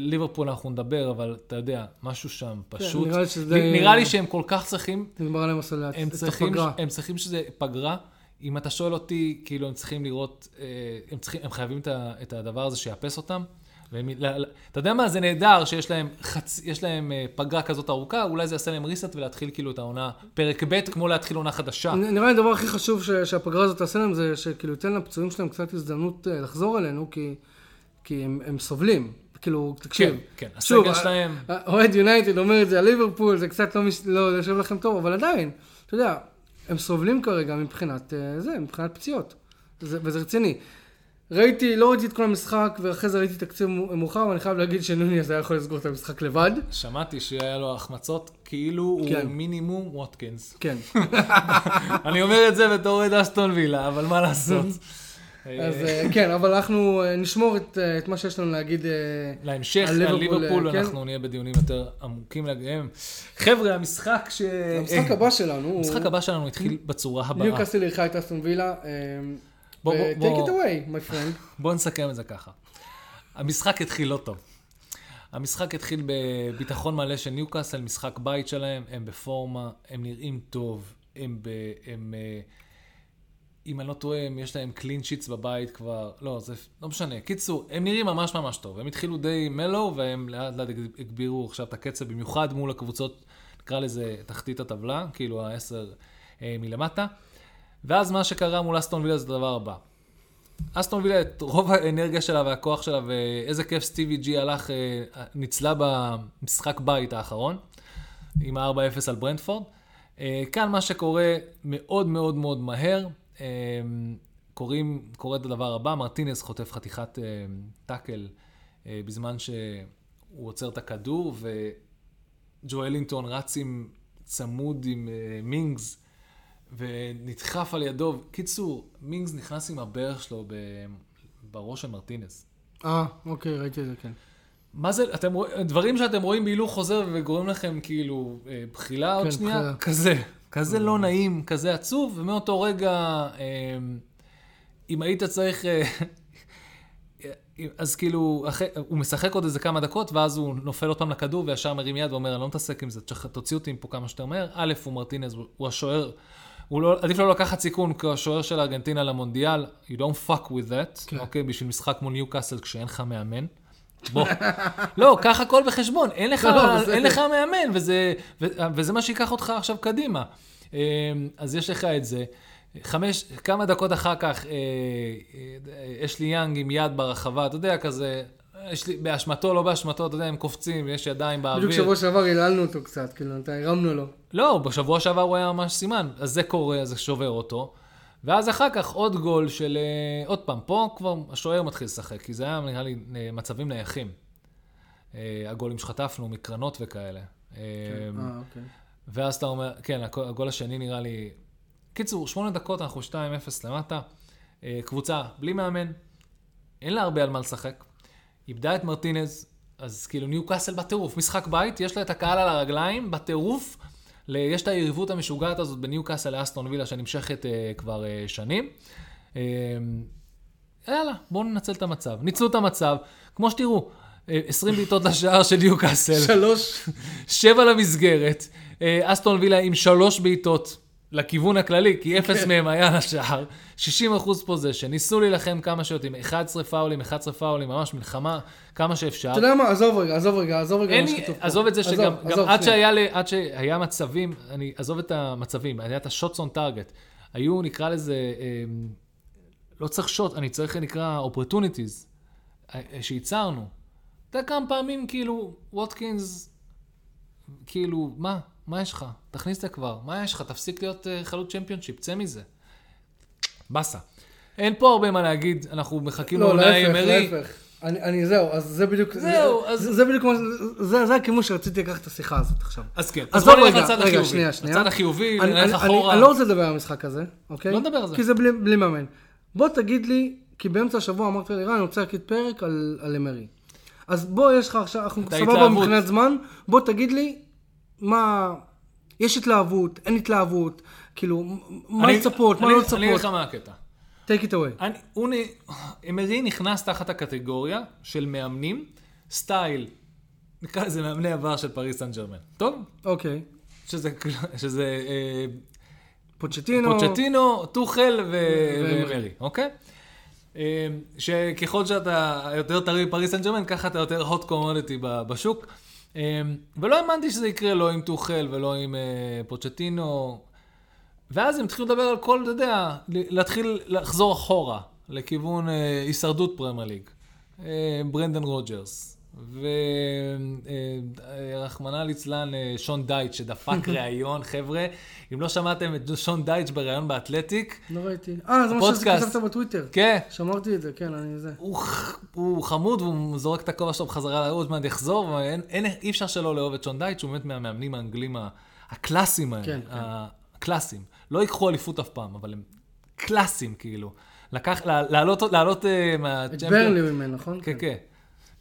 ליברפול אנחנו נדבר, אבל אתה יודע, משהו שם פשוט.
כן, נראה לי שזה-
נראה לי שהם כל כך צריכים
נגמר להם הסוללה,
הם
זה
צריכים,
פגרה.
הם צריכים שזה פגרה. אם אתה שואל אותי, כאילו, הם צריכים לראות, אה, הם, צריכים, הם חייבים את, ה, את הדבר הזה שיאפס אותם. והם, ל, ל, אתה יודע מה, זה נהדר שיש להם, חצ, יש להם אה, פגרה כזאת ארוכה, אולי זה יעשה להם ריסט ולהתחיל כאילו את העונה, פרק ב', כמו להתחיל עונה חדשה.
נ- נראה לי הדבר הכי חשוב ש- שהפגרה הזאת תעשה להם, זה שכאילו ייתן לפצועים שלהם קצת הזדמנות אה, לחזור אלינו, כי- כי הם הם סובלים. כאילו, תקשיב.
כן, כן,
שוב, אה,
הסגל שלהם-
ה- ה- אוהד יונייטד אומר את זה על ליברפול, זה קצת לא מש- לא יושב לכם טוב, אבל עדיין, אתה יודע, הם סובלים כרגע מבחינת אה, זה, מבחינת פציעות. זה- וזה רציני. ראיתי, לא ראיתי את כל המשחק, ואחרי זה ראיתי תקציב מאו- מאוחר, ואני חייב להגיד שנוני הזה היה יכול לסגור את המשחק לבד.
שמעתי שהיה לו החמצות, כאילו
כן.
הוא מינימום ווטקינס.
כן.
אני אומר את זה בתור אוהד אסטון וילה, אבל מה לעשות.
אז
אה,
אה, כן, אבל אנחנו אה, נשמור את, אה, את מה שיש לנו להגיד. אה,
להמשך,
על
על
ליברפול,
ליברפול,
כן.
אנחנו נהיה בדיונים יותר עמוקים לגביהם. חבר'ה, המשחק ש...
המשחק הבא שלנו הוא...
המשחק אה, הבא שלנו התחיל בצורה הבאה.
ניוקאסל אירחה את אסטון וילה.
בוא, בוא,
ו-take
בוא.
it away, my friend.
בואו נסכם את זה ככה. המשחק התחיל לא טוב. המשחק התחיל בביטחון מלא של ניוקאסל, משחק בית שלהם, הם בפורמה, הם נראים טוב, הם ב... הם... אה, אם אני לא טועה, הם- יש להם קלין שיטס בבית כבר, לא, זה לא משנה. קיצור, הם נראים ממש ממש טוב. הם התחילו די מלו, והם לאט לאט הגבירו עכשיו את הקצב, במיוחד מול הקבוצות, נקרא לזה תחתית הטבלה, כאילו העשר אה, מלמטה. ואז מה שקרה מול אסטון וילה זה הדבר הבא. אסטון וילה, את רוב האנרגיה שלה והכוח שלה, ואיזה כיף סטיבי ג'י הלך, אה, ניצלה במשחק בית האחרון, עם ה-4-0 על ברנדפורד. אה, כאן מה שקורה מאוד מאוד מאוד מהר, אה, קוראים, קורה את הדבר הבא, מרטינס חוטף חתיכת אה, טאקל אה, בזמן שהוא עוצר את הכדור, וג'ואלינטון רץ עם צמוד עם אה, מינגס. ונדחף על ידו. קיצור, מינגס נכנס עם הברך שלו ב... בראש של מרטינס.
אה, אוקיי, ראיתי את זה, כן.
מה זה, אתם רואים, דברים שאתם רואים בהילוך חוזר וגורם לכם כאילו אה, בחילה
כן,
עוד שנייה,
בחילה. אה.
כזה, כזה לא נעים, כזה עצוב, ומאותו רגע, אה, אם היית צריך, אה, אז כאילו, אחרי, הוא משחק עוד איזה כמה דקות, ואז הוא נופל עוד פעם לכדור וישר מרים יד ואומר, אני לא מתעסק עם זה, תשח- תוציא אותי מפה כמה שיותר מהר. א', הוא מרטינז, הוא- הוא השוער, הוא לא, עדיף לו לקחת סיכון כשוער של ארגנטינה למונדיאל, you don't fuck with that,
כן.
כן. אוקיי, בשביל משחק מול ניוקאסל כשאין לך מאמן. בוא. לא, קח הכל בחשבון, אין לך,
לא, בסדר.
אין לך מאמן, וזה, ו, וזה מה שייקח אותך עכשיו קדימה. אה, אז יש לך את זה. חמש, כמה דקות אחר כך, אה, אה, יש לי יאנג עם יד ברחבה, אתה יודע, כזה, יש לי, באשמתו, לא באשמתו, אתה יודע, הם קופצים, יש ידיים באוויר.
בדיוק שבוע שעבר היללנו אותו קצת, כאילו, אתה הרמנו לו.
לא, בשבוע שעבר הוא היה ממש סימן. אז זה קורה, אז זה שובר אותו. ואז אחר כך עוד גול של... אה, עוד פעם, פה כבר השוער מתחיל לשחק, כי זה היה נראה לי אה, מצבים נייחים. אה, הגולים שחטפנו מקרנות וכאלה. אה,
אה, אוקיי.
ואז אתה אומר, כן, הכ- הגול השני נראה לי... קיצור, שמונה דקות, אנחנו 2-0 למטה. אה, קבוצה בלי מאמן, אין לה הרבה על מה לשחק. איבדה את מרטינז, אז כאילו ניו קאסל בטירוף. משחק בית, יש לה את הקהל על הרגליים, בטירוף. ל- יש את היריבות המשוגעת הזאת בין ניו קאסל לאסטון וילה, שנמשכת אה, כבר אה, שנים. אה, יאללה, בואו ננצל את המצב. ניצלו את המצב, כמו שתראו, אה, 20 בעיטות לשער של ניוקאסל,
שלוש.
שבע למסגרת, אה, אסטון וילה עם שלוש בעיטות לכיוון הכללי, כי אפס
כן.
מהם היה לשער, 60 אחוז פוזיישן, ניסו להילחם כמה שיותר, עם 11 פאולים, 11 פאולים, ממש מלחמה כמה שאפשר.
אתה יודע מה, עזוב רגע, עזוב רגע, עזוב רגע
אין
מה
לי,
שכתוב פה.
עזוב את זה
עזוב,
שגם,
עזוב,
גם עד
שנייה.
שהיה, ל, עד שהיה מצבים, אני, עזוב את המצבים, היה את השוטס און טארגט. היו, נקרא לזה, אה, לא צריך שוט, אני צריך, נקרא, אופרטוניטיז, שייצרנו. אתה יודע כמה פעמים, כאילו, ווטקינס, כאילו, מה? מה יש לך? תכניס את זה כבר. מה יש לך? תפסיק להיות אה, חלוץ צ'מפיונשיפ, צא מזה. באסה. אין פה הרבה מה להגיד, אנחנו מחכים
לא,
לעונה עם
להפך,
ארי.
להפך. אני, אני, זהו, אז זה בדיוק,
זהו,
זה,
אז-
זה, זה בדיוק, מה- זה, זה הכיוון שרציתי לקחת את השיחה הזאת עכשיו.
אז כן, אז
עזוב
בוא נלך
רגע,
לצד
רגע,
החיובי.
שנייה, שנייה.
הצד החיובי,
אני,
נלך
אני, אני,
אחורה.
אני לא רוצה לדבר על המשחק הזה, אוקיי?
לא נדבר על זה.
כי זה בלי, בלי מאמן. בוא תגיד לי, כי באמצע השבוע אמרת לי, רן, אני רוצה להקליט פרק על, על אמרי. אז בוא, יש לך עכשיו, אנחנו
אתה
סבבה
התלהבות.
מבחינת זמן, בוא תגיד לי, מה, יש התלהבות, אין התלהבות, כאילו, מ- מה
אני-
לצפות, מה
אני-
לא
אני אגיד לך
לצפות,
מה הקטע.
take it away.
אני, הוא נ... אמרי נכנס תחת הקטגוריה של מאמנים, סטייל, נקרא לזה מאמני עבר של פריס סן ג'רמן. טוב?
אוקיי,
שזה, כאילו- שזה אה,
פוצ'טינו,
פוצ'טינו, טוחל ו...
ואמרי.
ואמרי, אוקיי? אה, שככל שאתה יותר טרי בפריס סן ג'רמן, ככה אתה יותר hot commodity ב- בשוק. אה, ולא האמנתי שזה יקרה לא עם טוחל ולא עם אה, פוצ'טינו. ואז הם התחילו לדבר על כל, אתה יודע, ל- להתחיל לחזור אחורה, לכיוון אה, הישרדות פרמייר ליג. אה, ברנדן רוג'רס, ורחמנא אה, ליצלן, אה, שון דייץ', שדפק ראיון, חבר'ה, אם לא שמעתם את שון דייץ' בראיון באתלטיק,
לא ראיתי. אה, זה מה
הפודקאסט.
שכתבת בטוויטר.
כן,
שמרתי את זה, כן, אני זה.
הוא, ח- הוא חמוד והוא זורק את הכובע שלו בחזרה לעוד מעט יחזור, ואין, אין, אי אפשר שלא לאהוב את שון דייט, שהוא באמת מהמאמנים האנגלים ה- הקלאסיים האלה.
כן,
הקלאסיים. לא ייקחו אליפות אף פעם, אבל הם קלאסיים כאילו. לקח, לה- לעלות, לעלות אה,
את
מהצ'מפיון.
ברלי הוא אימן, נכון?
כן, כן.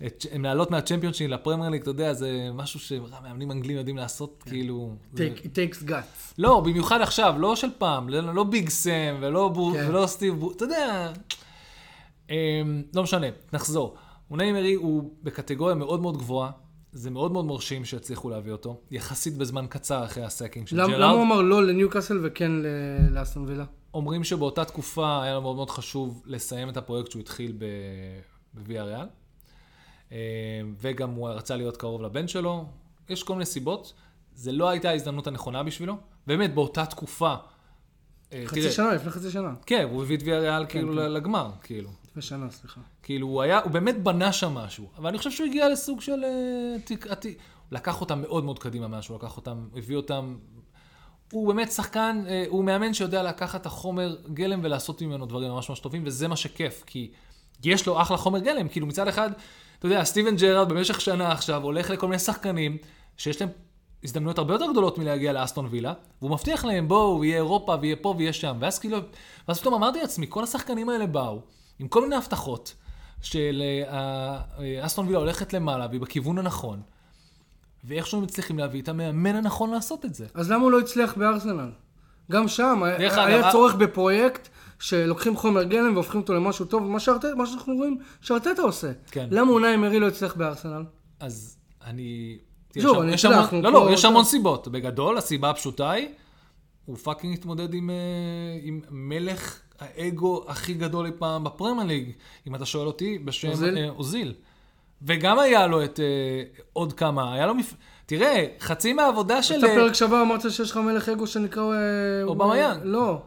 את- הם לעלות מהצ'מפיונשיפ לפרמייר ליג, אתה יודע, זה משהו שמאמנים אנגלים יודעים לעשות,
כן.
כאילו... זה-
Take- It takes guts.
לא, במיוחד עכשיו, לא של פעם, לא לא ביג סם ולא, בו,
כן.
ולא סטיב בו, אתה יודע, אמ, לא משנה, נחזור. מוני מרי הוא בקטגוריה מאוד מאוד גבוהה, זה מאוד מאוד מרשים שהצליחו להביא אותו, יחסית בזמן קצר אחרי הסקינג של
למ-
ג'רארד.
למה הוא אמר לא לניו קאסל וכן ל- לאסטון וילה?
אומרים שבאותה תקופה היה לו מאוד מאוד חשוב לסיים את הפרויקט שהוא התחיל ב- בוויה ריאל, אמ, וגם הוא רצה להיות קרוב לבן שלו, יש כל מיני סיבות, זה לא הייתה ההזדמנות הנכונה בשבילו, באמת באותה תקופה. אה,
חצי
תראה,
שנה, כן. לפני חצי שנה.
כן, הוא הביא את ויאריאל כאילו לגמר, כאילו.
לפני שנה, סליחה.
כאילו, הוא היה, הוא באמת בנה שם משהו. אבל אני חושב שהוא הגיע לסוג של... אה, תיק- עתי- הוא לקח אותם מאוד מאוד קדימה משהו, לקח אותם, הביא אותם... הוא באמת שחקן, אה, הוא מאמן שיודע לקחת את החומר גלם ולעשות ממנו דברים ממש ממש טובים, וזה מה שכיף, כי יש לו אחלה חומר גלם. כאילו, מצד אחד, אתה יודע, סטיבן ג'רארד במשך שנה עכשיו הולך לכל מיני שחקנים שיש להם הזדמנויות הרבה יותר גדולות מלהגיע לאסטון וילה, והוא מבטיח להם, בואו, יהיה אירופה, ויהיה פה, ויהיה שם. ואז כאילו, ואז פתאום אמרתי לעצמי, כל השחקנים האלה באו, עם כל מיני הבטחות, של אה, אה, אסטון וילה הולכת למעלה, והיא בכיוון הנכון, ואיכשהו הם מצליחים להביא את המאמן הנכון לעשות את זה.
אז למה הוא לא הצליח בארסנל? גם שם, היה-
דרך אגב,
היה
אה-
צורך בפרויקט שלוקחים חומר גלם והופכים אותו למשהו טוב, מה שארטט- מה שאנחנו רואים שארטטה עושה.
כן.
למה אונאי אמרי לא הצליח בארסנל?
אז אני...
שוב,
יש המון-
אני
יש
יודע,
המון-
אנחנו
לא,
פה-
לא, יש המון סיבות. בגדול, הסיבה הפשוטה היא, הוא פאקינג התמודד עם, אה, עם מלך האגו הכי גדול אי פעם בפרמייר ליג, אם אתה שואל אותי, בשם
אוזיל?
אה, אוזיל. וגם היה לו את אה, עוד כמה, היה לו מפ... תראה, חצי מהעבודה של... אה,
אתה פרק שעבר אמרת שיש לך מלך אגו שנקרא... אה,
אובמיאנג.
לא,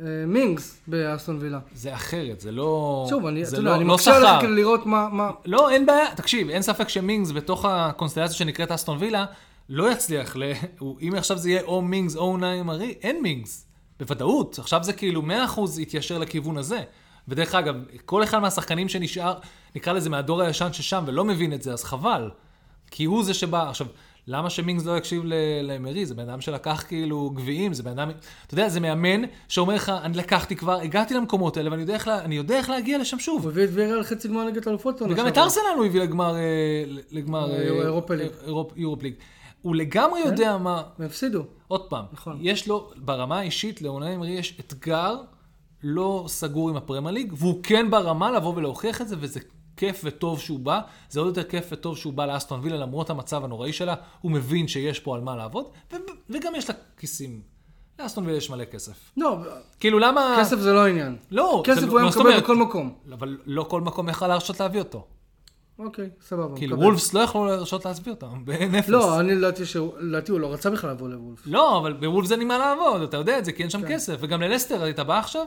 אה, מינגס באסטון וילה.
זה אחרת, זה לא...
שוב, אני,
זה
אתה
לא-
יודע, אני
לא
מקשה עליך
שכר.
כאילו לראות מה- מה...
לא, אין בעיה. תקשיב, אין ספק שמינגס בתוך הקונסטלציה שנקראת אסטון וילה, לא יצליח, ל... הוא- אם עכשיו זה יהיה או מינגס או נאי מרי, אין מינגס. בוודאות. עכשיו זה כאילו 100% יתיישר לכיוון הזה. ודרך אגב, כל אחד מהשחקנים שנשאר, נקרא לזה מהדור הישן ששם ולא מבין את זה, אז חבל. כי הוא זה שבא, עכשיו, למה שמינגס לא יקשיב ל- לאמרי? זה בן אדם שלקח כאילו גביעים, זה בן אדם, אתה יודע, זה מאמן שאומר לך, אני לקחתי כבר, הגעתי למקומות האלה ואני יודע איך, לה- אני יודע איך להגיע לשם שוב.
הוא הביא את ויריאל לחצי גמר לא ליגת האלופות. עונה
וגם את
שעברה.
ארסנל הוא הביא לגמר... אה, לגמר... אה,
אירופה ליג.
אירופ- אירופ ליג. הוא לגמרי יודע מה...
והם הפסידו.
עוד פעם,
נכון.
יש לו, ברמה האישית, לעונה אמרי יש אתגר לא סגור עם הפרמייר ליג, והוא כן ברמה לבוא ולהוכיח את זה, וזה כיף וטוב שהוא בא. זה עוד יותר כיף וטוב שהוא בא לאסטון וילה, למרות המצב הנוראי שלה, הוא מבין שיש פה על מה לעבוד, ו- וגם יש לה כיסים. לאסטון וילה יש מלא כסף.
לא,
כאילו, למה...
כסף זה לא העניין.
לא, זה
כסף
לא-
הוא היה
מה זאת
מקבל
אומרת?
בכל מקום.
אבל לא כל מקום יכל להרשות להביא אותו.
אוקיי, סבבה.
כאילו,
מקבל.
וולפס לא יכלו להרשות להסביר אותם, בנפש.
לא, אני לדעתי שהוא, לדעתי הוא לא רצה בכלל לבוא לוולף.
לא, אבל בוולפס אין לי מה לעבוד, אתה יודע את זה, כי אין שם כסף. וגם ללסטר, היית בא עכשיו?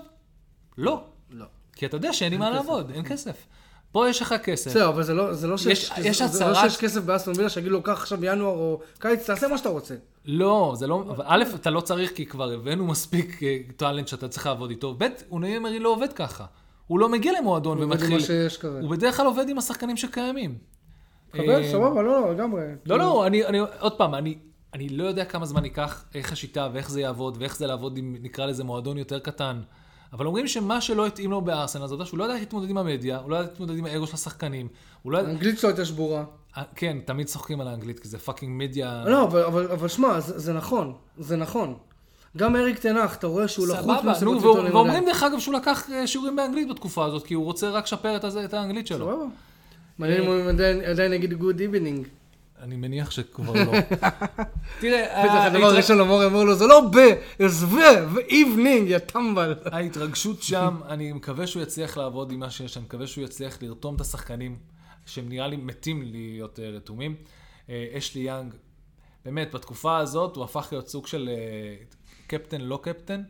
לא.
כן. לא. כן.
כי אתה יודע שאין לי מה לעבוד, אין כסף. פה יש לך כסף.
בסדר, אבל זה לא, זה לא שיש,
יש- יש
זה, זה לא
הצהרת-
שיש כסף באסטון וילה שיגיד לו, קח עכשיו ינואר או קיץ, תעשה מה שאתה רוצה.
לא, זה לא... אבל א', אתה לא צריך, כי כבר הבאנו מספיק אה, טאלנט שאתה צריך לעבוד איתו. ב', אונאי אמרי לא עובד ככה. הוא לא מגיע למועדון
עובד עם
ומתחיל...
מה שיש כזה.
הוא בדרך כלל עובד עם השחקנים שקיימים.
חבר,
אה,
סבבה, לא, לא, לגמרי.
לא, לא, אני, אני, עוד פעם, אני, אני לא יודע כמה זמן ייקח, איך השיטה ואיך זה יעבוד, ואיך זה לעבוד עם, נקרא לזה, מועדון יותר קטן. אבל אומרים שמה שלא התאים לו בארסנל, זה העובדה שהוא לא יודע להתמודד עם המדיה, הוא לא יודע להתמודד עם האגו של השחקנים, הוא לא יודע...
האנגלית שלו הייתה שבורה.
אה, כן, תמיד צוחקים על האנגלית, כי זה פאקינג מדיה...
לא, אבל- אבל אבל שמע, זה זה נכון, זה נכון. גם אריק תנח, אתה רואה שהוא לחוץ
סבבה,
מסיבות
נו, והוא-
עיתונאים
ואומרים
עדיין.
דרך אגב שהוא לקח אה, שיעורים באנגלית בתקופה הזאת, כי הוא רוצה רק לשפר את הזה- את האנגלית שלו.
סבבה. מעניין אם הוא עדיין- עדיין יגיד גוד איבנינג.
אני מניח שכבר לא. תראה, אה,
בטח
ה-
הדבר הראשון למור אמר לו, זה לא ב, זה ו, ואיבנינג, יא טמבל.
לא ההתרגשות שם, אני מקווה שהוא יצליח לעבוד עם מה שיש, אני מקווה שהוא יצליח לרתום את השחקנים, שהם נראה לי מתים להיות אה, רתומים. אה, אשלי יאנג, באמת, בתקופה הזאת הוא הפך להיות סוג של אה, קפטן, לא קפטן,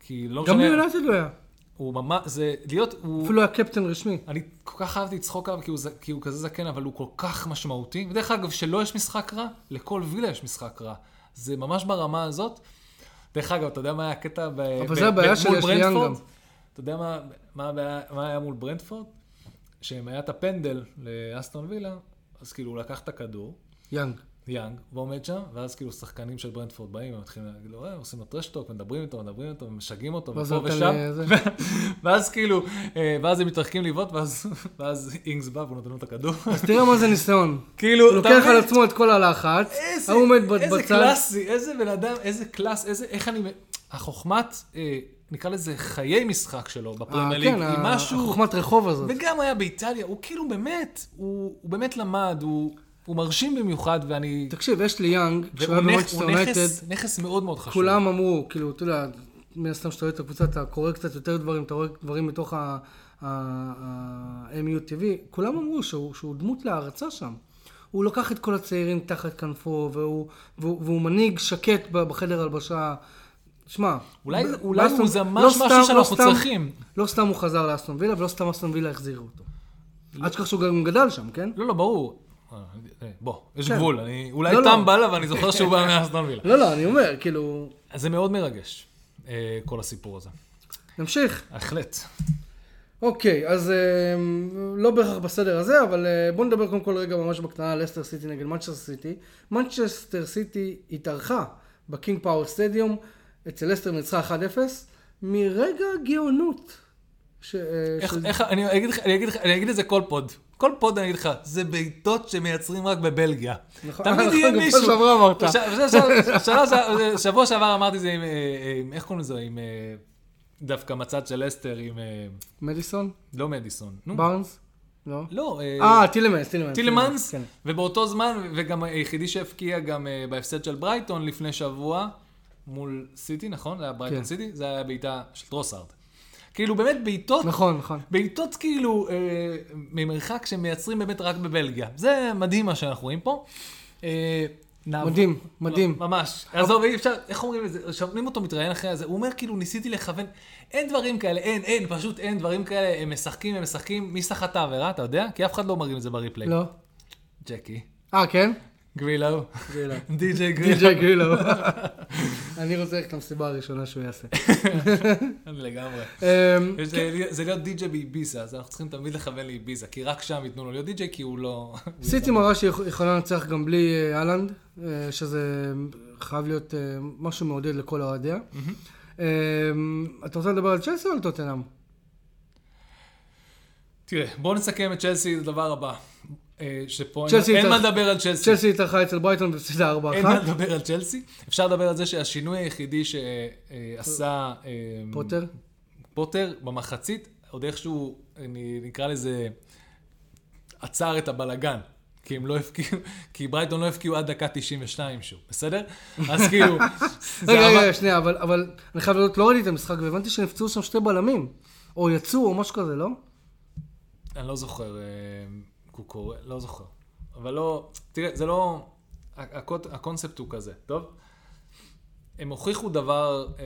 כי לא
גם
משנה,
ביונייטד לא היה.
הוא ממש, זה להיות, הוא...
אפילו היה קפטן רשמי.
אני כל כך אהבתי לצחוק עליו כי הוא, ז- כי הוא כזה זקן, אבל הוא כל כך משמעותי. ודרך אגב, שלו יש משחק רע, לכל וילה יש משחק רע. זה ממש ברמה הזאת. דרך אגב, אתה יודע מה היה הקטע ב...
אבל
ב-
זה הבעיה
ב-
של
מול
יש לי יאנג
ברנדפורד?
גם.
אתה יודע מה, מה, הבעיה, מה היה מול ברנדפורד? שהם היה את הפנדל לאסטון וילה, אז כאילו הוא לקח את הכדור,
יאנג.
יאנג, ועומד שם, ואז כאילו שחקנים של ברנדפורד באים, הם מתחילים להגיד לו, "אה, עושים לו טרשטוק, מדברים איתו, מדברים איתו, משגעים אותו,
ואז
ופה
הוא נותן
ושם.
לזה.
ואז כאילו, אה, ואז הם מתרחקים לבעוט, ואז- ואז אינגס בא והוא נותן לו את הכדור.
תראה מה זה ניסיון.
כאילו,
הוא
אתה
לוקח על
מבין?
עצמו את כל הלחץ,
איזה-
ההוא עומד ב-
איזה
בצד.
קלאסי, איזה בן אדם, איזה קלאס, איזה, איך אני... מ- החוכמת, אה, נקרא לזה חיי משחק שלו בפרמייר
אה,
ליג,
כן,
היא
ה-
משהו...
החוכמת רחוב הזאת.
וגם היה באיטליה, הוא כאילו באמת, הוא הוא באמת למד, הוא הוא מרשים במיוחד, ואני...
תקשיב, יש לי יאנג, כשהוא היה
והוא נכ-
במועצת
הוא
יונייטד,
נכס- נכס מאוד מאוד חשוב.
כולם אמרו, כאילו, אתה יודע, מן הסתם שאתה רואה את הקבוצה, אתה קורא קצת יותר דברים, אתה רואה דברים מתוך ה-MU TV, כולם אמרו שהוא, שהוא דמות להערצה שם. הוא לוקח את כל הצעירים תחת כנפו, והוא, והוא, והוא מנהיג שקט ב- בחדר הלבשה. שמע,
אולי-
ב-
אולי
באסטון-
הוא זה ממש
לא סתם- לא
משהו שאנחנו
סתם-
צריכים.
לא סתם הוא חזר לאסטון וילה, ולא סתם אסטון וילה החזירו אותו. אל תשכח שהוא גם גדל שם, כן?
לא, לא, ברור. אה, אה, בוא, יש
כן.
גבול. אני אולי
לא, לא.
טמבל, אבל אני זוכר שהוא בא מאסטון וילה.
לא, לא, אני אומר, כאילו,
אז זה מאוד מרגש, אה, כל הסיפור הזה.
נמשיך.
בהחלט.
אוקיי, אז אה, לא בהכרח בסדר הזה, אבל אה, בואו נדבר קודם כל רגע ממש בקטנה על לסטר סיטי נגד מנצ'סטר סיטי. מנצ'סטר סיטי התארחה בקינג פאוור סטדיום, אצל לסטר ניצחה 1-0, מרגע גאונות. ש- אה,
איך,
של-
איך, אני אגיד לך, אני אגיד לך, אני אגיד את זה כל פוד. כל פוד אני אגיד לך, זה בעיטות שמייצרים רק בבלגיה.
נכון,
תמיד
נכון,
יהיה
גם
מישהו.
פעם שעברה אמרת.
ש- ש- ש- שנה ש- שבוע שעבר אמרתי זה עם, אה, עם, איך קוראים לזה, עם אה, דווקא מצד של אסתר, עם, אה,
מדיסון?
לא מדיסון. נו,
בארנס? לא.
לא, אה,
אה, טילמנס, טילמנס.
טילמנס,
כן.
ובאותו זמן, וגם היחידי שהפקיע גם אה, בהפסד של ברייטון לפני שבוע, מול סיטי, נכון? זה היה ברייטון
כן.
סיטי? זה היה בעיטה של טרוסארד. כאילו באמת בעיטות,
נכון, נכון.
בעיטות כאילו אה, ממרחק שמייצרים באמת רק בבלגיה. זה מדהים מה שאנחנו רואים פה. אה, נעבור-
מדהים,
לא,
מדהים.
ממש. עזוב, אי אפשר, איך אומרים את זה? שומעים אותו מתראיין אחרי זה, הוא אומר כאילו ניסיתי לכוון, אין דברים כאלה, אין, אין, פשוט אין דברים כאלה, הם משחקים, הם משחקים, מי סחט את העבירה, אתה יודע? כי אף אחד לא מרים את זה בריפליי.
לא.
ג'קי.
אה, כן?
גרילו.
גרילה.
די.ג'יי גרילו.
די.ג'יי גרילו. אני רוצה ללכת למסיבה הראשונה שהוא יעשה.
לגמרי.
אה,
יש- זה- זה להיות די.ג'יי באביזה, אז אנחנו צריכים תמיד לכוון לאביזה, כי רק שם ייתנו לו להיות די.ג'יי, כי הוא לא...
סיטי מראה שהיא יכ- יכולה לנצח גם בלי אה, אהלנד, אה, שזה חייב להיות אה, משהו מעודד לכל אוהדיה. אה, אתה רוצה לדבר על צ'לסי או על טוטנאם?
תראה, בואו נסכם את צ'לסי לדבר הבא. אה, שפה
צ'לסי
אין- אין מה
יותר-
לדבר על צ'לסי.
צ'לסי התארחה אצל ברייטון והפסידה 4-1.
אין מה לדבר על צ'לסי. אפשר לדבר על זה שהשינוי היחידי אה, שעשה...
פוטר?
פוטר במחצית, עוד איכשהו, אני- נקרא לזה, עצר את הבלגן. כי הם לא הבקיעו, כי ברייטון לא הבקיעו עד דקה 92 שוב, בסדר? אז כאילו, זה
רגע,
עבר-
רגע, שנייה, אבל- אבל אני חייב להודות, לא ראיתי את המשחק, והבנתי שנפצעו שם שתי בלמים. או יצאו או משהו כזה, לא?
אני לא זוכר, אה, קוקור, לא זוכר. אבל לא, תראה, זה לא, ה- הקוט- הקונספט הוא כזה, טוב? הם הוכיחו דבר, אה,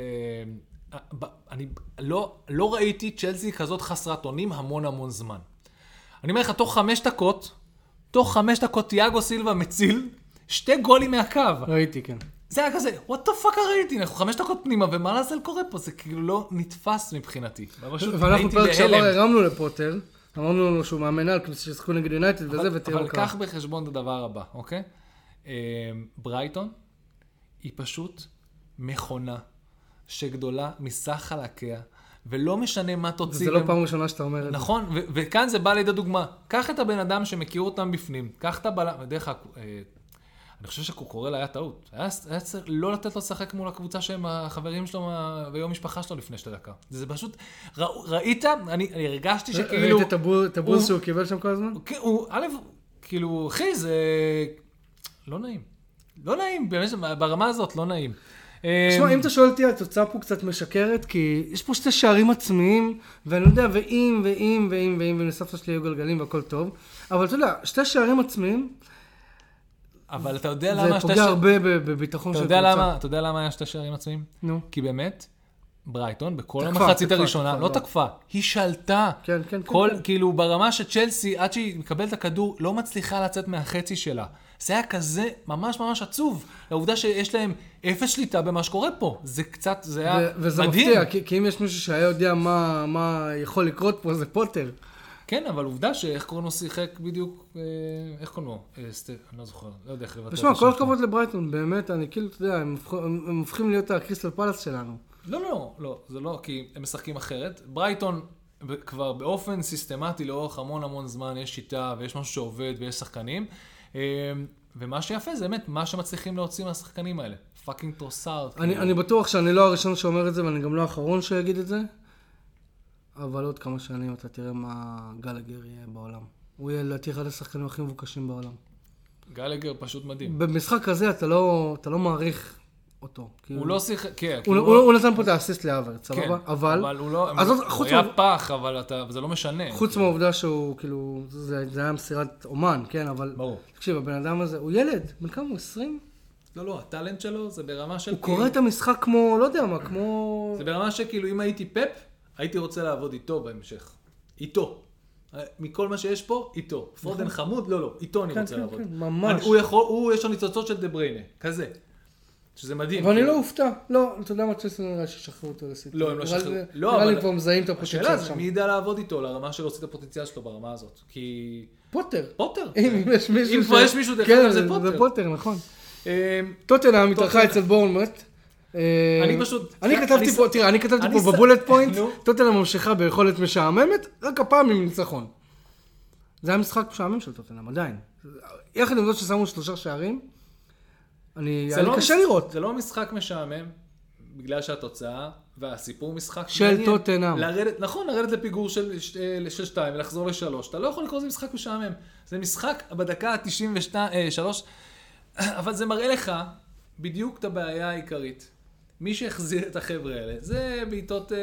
אה, ב- אני לא, לא ראיתי צ'לסי כזאת חסרת אונים המון המון זמן. אני אומר לך, תוך חמש דקות, תוך חמש דקות תיאגו סילבה מציל שתי גולים מהקו.
ראיתי, כן.
זה היה כזה, what the fuck ראיתי, אנחנו חמש דקות פנימה, ומה לעזאזל קורה פה? זה כאילו לא נתפס מבחינתי. פשוט
ואנחנו
הייתי
פרק שעבר
בהלם.
הרמנו לפוטר, אמרנו לו שהוא מאמן על, שישחקו נגד יונייטד וזה,
אבל-
ותראה
אבל
לו ככה.
קח בחשבון את הדבר הבא, אוקיי? אמ, ברייטון היא פשוט מכונה שגדולה מסך חלקיה, ולא משנה מה תוציא.
זה לא
ממ-
פעם ראשונה שאתה אומר את זה.
נכון, ו- וכאן זה בא לידי דוגמה. קח את הבן אדם שמכיר אותם בפנים, קח את הבלם, ודרך אגב, אה, אני חושב שקוקורל היה טעות. היה, היה צריך לא לתת לו לשחק מול הקבוצה שהם החברים שלו מה- ויום משפחה שלו לפני שתי דקה. זה פשוט, ראו- ראית? אני, אני הרגשתי שכאילו...
ראית את הבו- את הבוז
הוא-
שהוא קיבל שם כל הזמן?
הוא- הוא, א', כאילו, אחי, זה לא נעים. לא נעים, באמת, ברמה הזאת לא נעים.
תשמע,
אמ,
אם אתה שואל אותי, התוצאה פה קצת משקרת, כי יש פה שתי שערים עצמיים, ואני לא יודע, ואם, ואם, ואם, ואם, ולסבתא שלי היו גלגלים והכל טוב, אבל אתה יודע, שתי שערים עצמיים,
אבל אתה יודע
זה
למה... שתי
פוגע
ש-
הרבה ב- בביטחון
אתה
של
יודע
קבוצה.
למה, אתה יודע למה היה שתי שערים עצמיים?
נו.
כי באמת, ברייטון, בכל
תקפה,
המחצית
תקפה,
הראשונה,
תקפה,
לא
לא.
תקפה, היא שלטה.
כן, כן, כן,
כל,
כן.
כאילו, ברמה שצ'לסי, עד שהיא מקבלת את הכדור, לא מצליחה לצאת מהחצי שלה. זה היה כזה ממש ממש עצוב. העובדה שיש להם אפס שליטה במה שקורה פה. זה קצת, זה היה
ו-
מדהים.
וזה מפתיע, כי כי אם יש מישהו שהיה יודע מה- מה יכול לקרות פה, זה פוטר.
כן, אבל עובדה שאיך קוראים לו שיחק בדיוק, אה, איך קוראים לו? אה, סט- אני לא זוכר, לא יודע איך לבטא את
תשמע,
השם
כל
שלו.
הכבוד לברייטון, באמת, אני כאילו, אתה יודע, הם הופכו- הם הם הופכים להיות הקריסטל פלאס שלנו.
לא, לא, לא, זה לא, כי הם משחקים אחרת. ברייטון ב- כבר באופן סיסטמטי לאורך המון המון זמן, יש שיטה ויש משהו שעובד ויש שחקנים. אה, ומה שיפה זה באמת מה שמצליחים להוציא מהשחקנים האלה. פאקינג טרוסארד. כאילו.
אני, אני בטוח שאני לא הראשון שאומר את זה, ואני גם לא האחרון שיגיד את זה, אבל עוד כמה שנים אתה תראה מה גלגר יהיה בעולם. הוא יהיה לדעתי אחד השחקנים הכי מבוקשים בעולם.
גלגר פשוט מדהים.
במשחק הזה אתה לא, אתה לא מעריך אותו. כאילו,
הוא לא שיחק, כן.
הוא,
כאילו,
הוא, הוא, הוא נתן פה את האסיסט להאברט,
כן,
סבבה? אבל,
אבל הוא לא,
אז
הוא-
עוד-
הוא
חוץ
היה
מה-
פח, אבל אתה- זה לא משנה.
חוץ מהעובדה שהוא, כאילו, זה, זה היה מסירת אומן, כן, אבל...
ברור.
תקשיב, הבן אדם הזה, הוא ילד, בן כמה הוא? 20?
לא, לא, הטאלנט שלו זה ברמה של... כאילו-
הוא קורא את המשחק כמו, לא יודע מה, כמו...
זה ברמה שכאילו אם הייתי פפ, הייתי רוצה לעבוד איתו בהמשך. איתו. אה, מכל מה שיש פה, איתו. פרודן חמוד, לא, לא, איתו אני
נכון. כן,
רוצה
כן,
לעבוד.
כן, ממש.
אני- הוא יכול, הוא, יש לו ניצוצות של דה בריינה, כזה. שזה מדהים.
ואני
כאילו.
לא אופתע. לא, אתה יודע מה צ'לסון נראה ששחררו אותו לסיטי.
לא, הם לא
נראה לי-
שחררו. לא,
נראה לי
אבל-
כבר מזהים את
השאלה
הפוטנציאל
זה
שם.
מי ידע לעבוד איתו לרמה של להוציא את הפוטנציאל שלו ברמה הזאת. כי...
פוטר.
פוטר.
אם יש מישהו
אה, אם כבר יש מישהו, דרך
כן,
אגב, זה
זה
פוטר.
פוטר, נכון.
אמ,
טוטנאם התארחה
טוטנהאם.
אצל בורנמוט. אה,
אני פשוט- כן,
אני
אני
כתבתי
ס-
פה, תראה, אני כתבתי
אני ס-
פה בבולט פוינט,
נו.
טוטנאם ממשיכה ביכולת משעממת, רק הפעם עם ניצחון. זה היה משחק משעמם של טוטנאם, עדיין. יחד עם זאת ששמו שלושה שערים, אני...
זה
היה לי
לא
קשה
מש-
לראות.
זה לא משחק משעמם, בגלל שהתוצאה והסיפור משחק
של
מעניין.
טוטנהאם.
לרדת, נכון, לרדת לפיגור של, של, של שתיים ולחזור לשלוש. אתה לא יכול לקרוא לזה משחק משעמם. זה משחק בדקה ה-93, אבל זה מראה לך בדיוק את הבעיה העיקרית. מי שהחזיר את החבר'ה האלה, זה בעיטות, אה,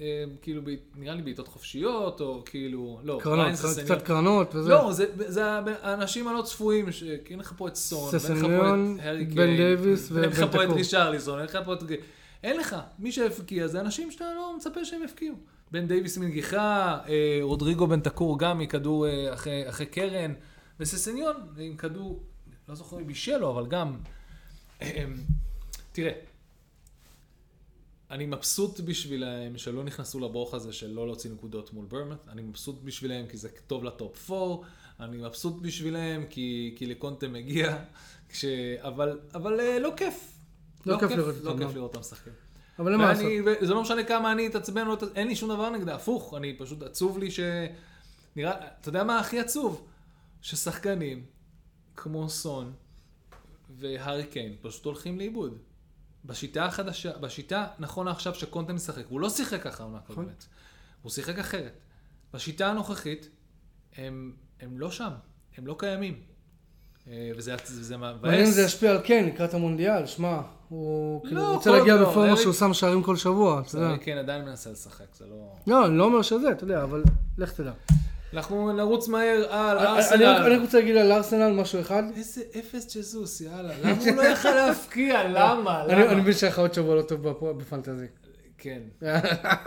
אה, כאילו, בעיט- נראה לי בעיטות חופשיות, או כאילו, לא,
קרנות,
ריינס זה סניור.
קצת קרנות וזה.
לא, זה, זה האנשים הלא צפויים, ש- כי אין לך פה את סון, ואין לך פה
ססניון,
את הארי
בן
קיין,
דייוויס
ואין לך
ובן
פה את
תקור.
רישרליסון, אין לך פה את... ג- אין לך. מי שהפקיע זה אנשים שאתה לא מצפה שהם יפקיעו. בן דייוויס מנגיחה, אה, רודריגו בן תקור גם מכדור אה, אחרי, אחרי קרן, וססניון עם כדור, לא זוכר אם בישל לו, אבל גם... אה, תראה, אני מבסוט בשבילהם שלא נכנסו לברוך הזה של לא להוציא נקודות מול ברמת. אני מבסוט בשבילהם כי זה טוב לטופ 4. אני מבסוט בשבילהם כי, כי לקונטה מגיע. כש... אבל, אבל אה, לא כיף.
לא כיף לראות
לא
אותם,
כיף
לא.
לראות אותם משחקים.
אבל למה לעשות?
ואני, וזה לא משנה כמה אני אתעצבן, לא אתעצבן, אין לי שום דבר נגדה, הפוך, אני פשוט עצוב לי ש... נראה, אתה יודע מה הכי עצוב? ששחקנים כמו סון והארי קיין פשוט הולכים לאיבוד. בשיטה החדשה, בשיטה, נכון לעכשיו שקונטה משחק, הוא לא שיחק ככה עונה
נכון.
קודמת, הוא שיחק אחרת. בשיטה הנוכחית, הם, הם לא שם, הם לא קיימים. אה, וזה וזה
מעניין אם
מבאס.
זה ישפיע על קיין לקראת המונדיאל, שמע, הוא
לא,
כאילו רוצה
כל
להגיע
עוד לא,
בפורמה
אריק-
שהוא שם שערים כל שבוע, אתה יודע.
הארי קיין עדיין מנסה לשחק, זה לא...
לא, אני לא אומר שזה, אתה יודע, אבל לך תדע.
אנחנו נרוץ מהר על
אני רק- אני רק
ארסנל.
רוצה להגיד על ארסנל משהו אחד.
איזה אפס ג'זוס, יאללה. למה הוא לא יכל להפקיע? למה?
אני אני
למה?
מבין שהיה לך עוד שבוע לא טוב בפו- בפנטזי.
כן.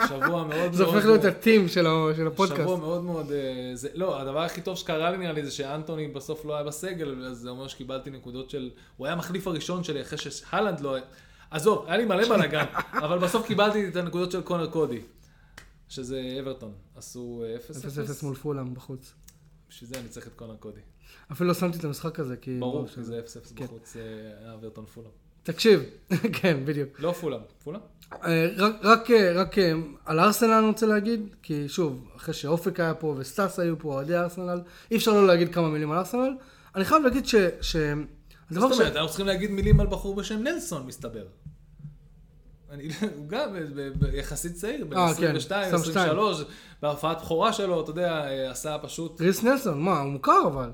שבוע מאוד
זה הופך להיות הטים של ה- של הפודקאסט.
לא, שבוע מאוד מאוד... אה, זה, לא, הדבר הכי טוב שקרה לי נראה לי זה שאנטוני בסוף לא היה בסגל, אז זה אומר שקיבלתי נקודות של... הוא היה המחליף הראשון שלי אחרי שהלנד לא היה... עזוב, היה לי מלא בלאגן, אבל בסוף קיבלתי את הנקודות של קונר קודי, שזה אברטון. עשו אה, 0-0.
0-0 מול פולאם בחוץ.
בשביל זה אני צריך את קונר קודי.
אפילו לא שמתי את המשחק הזה, כי...
ברור,
שזה-
כי זה 0-0
כן.
בחוץ, אה, היה אברטון פולאם.
תקשיב, כן, בדיוק.
לא פולאם, פולאם?
אה, רק, רק, אה, רק אה, על ארסנל אני רוצה להגיד, כי שוב, אחרי שאופק היה פה וסטאס היו פה, אוהדי ארסנל, אי אפשר לא להגיד כמה מילים על ארסנל. אני חייב להגיד ש... ש... הדבר
זאת
ש...
אומרת, אנחנו צריכים להגיד מילים על בחור בשם נלסון, מסתבר. אני, הוא גם ב- ב- יחסית צעיר, בן
אה, כן,
22,
22.
23, בהופעת בכורה שלו, אתה יודע, עשה פשוט...
ריס נלסון, מה, הוא מוכר אבל.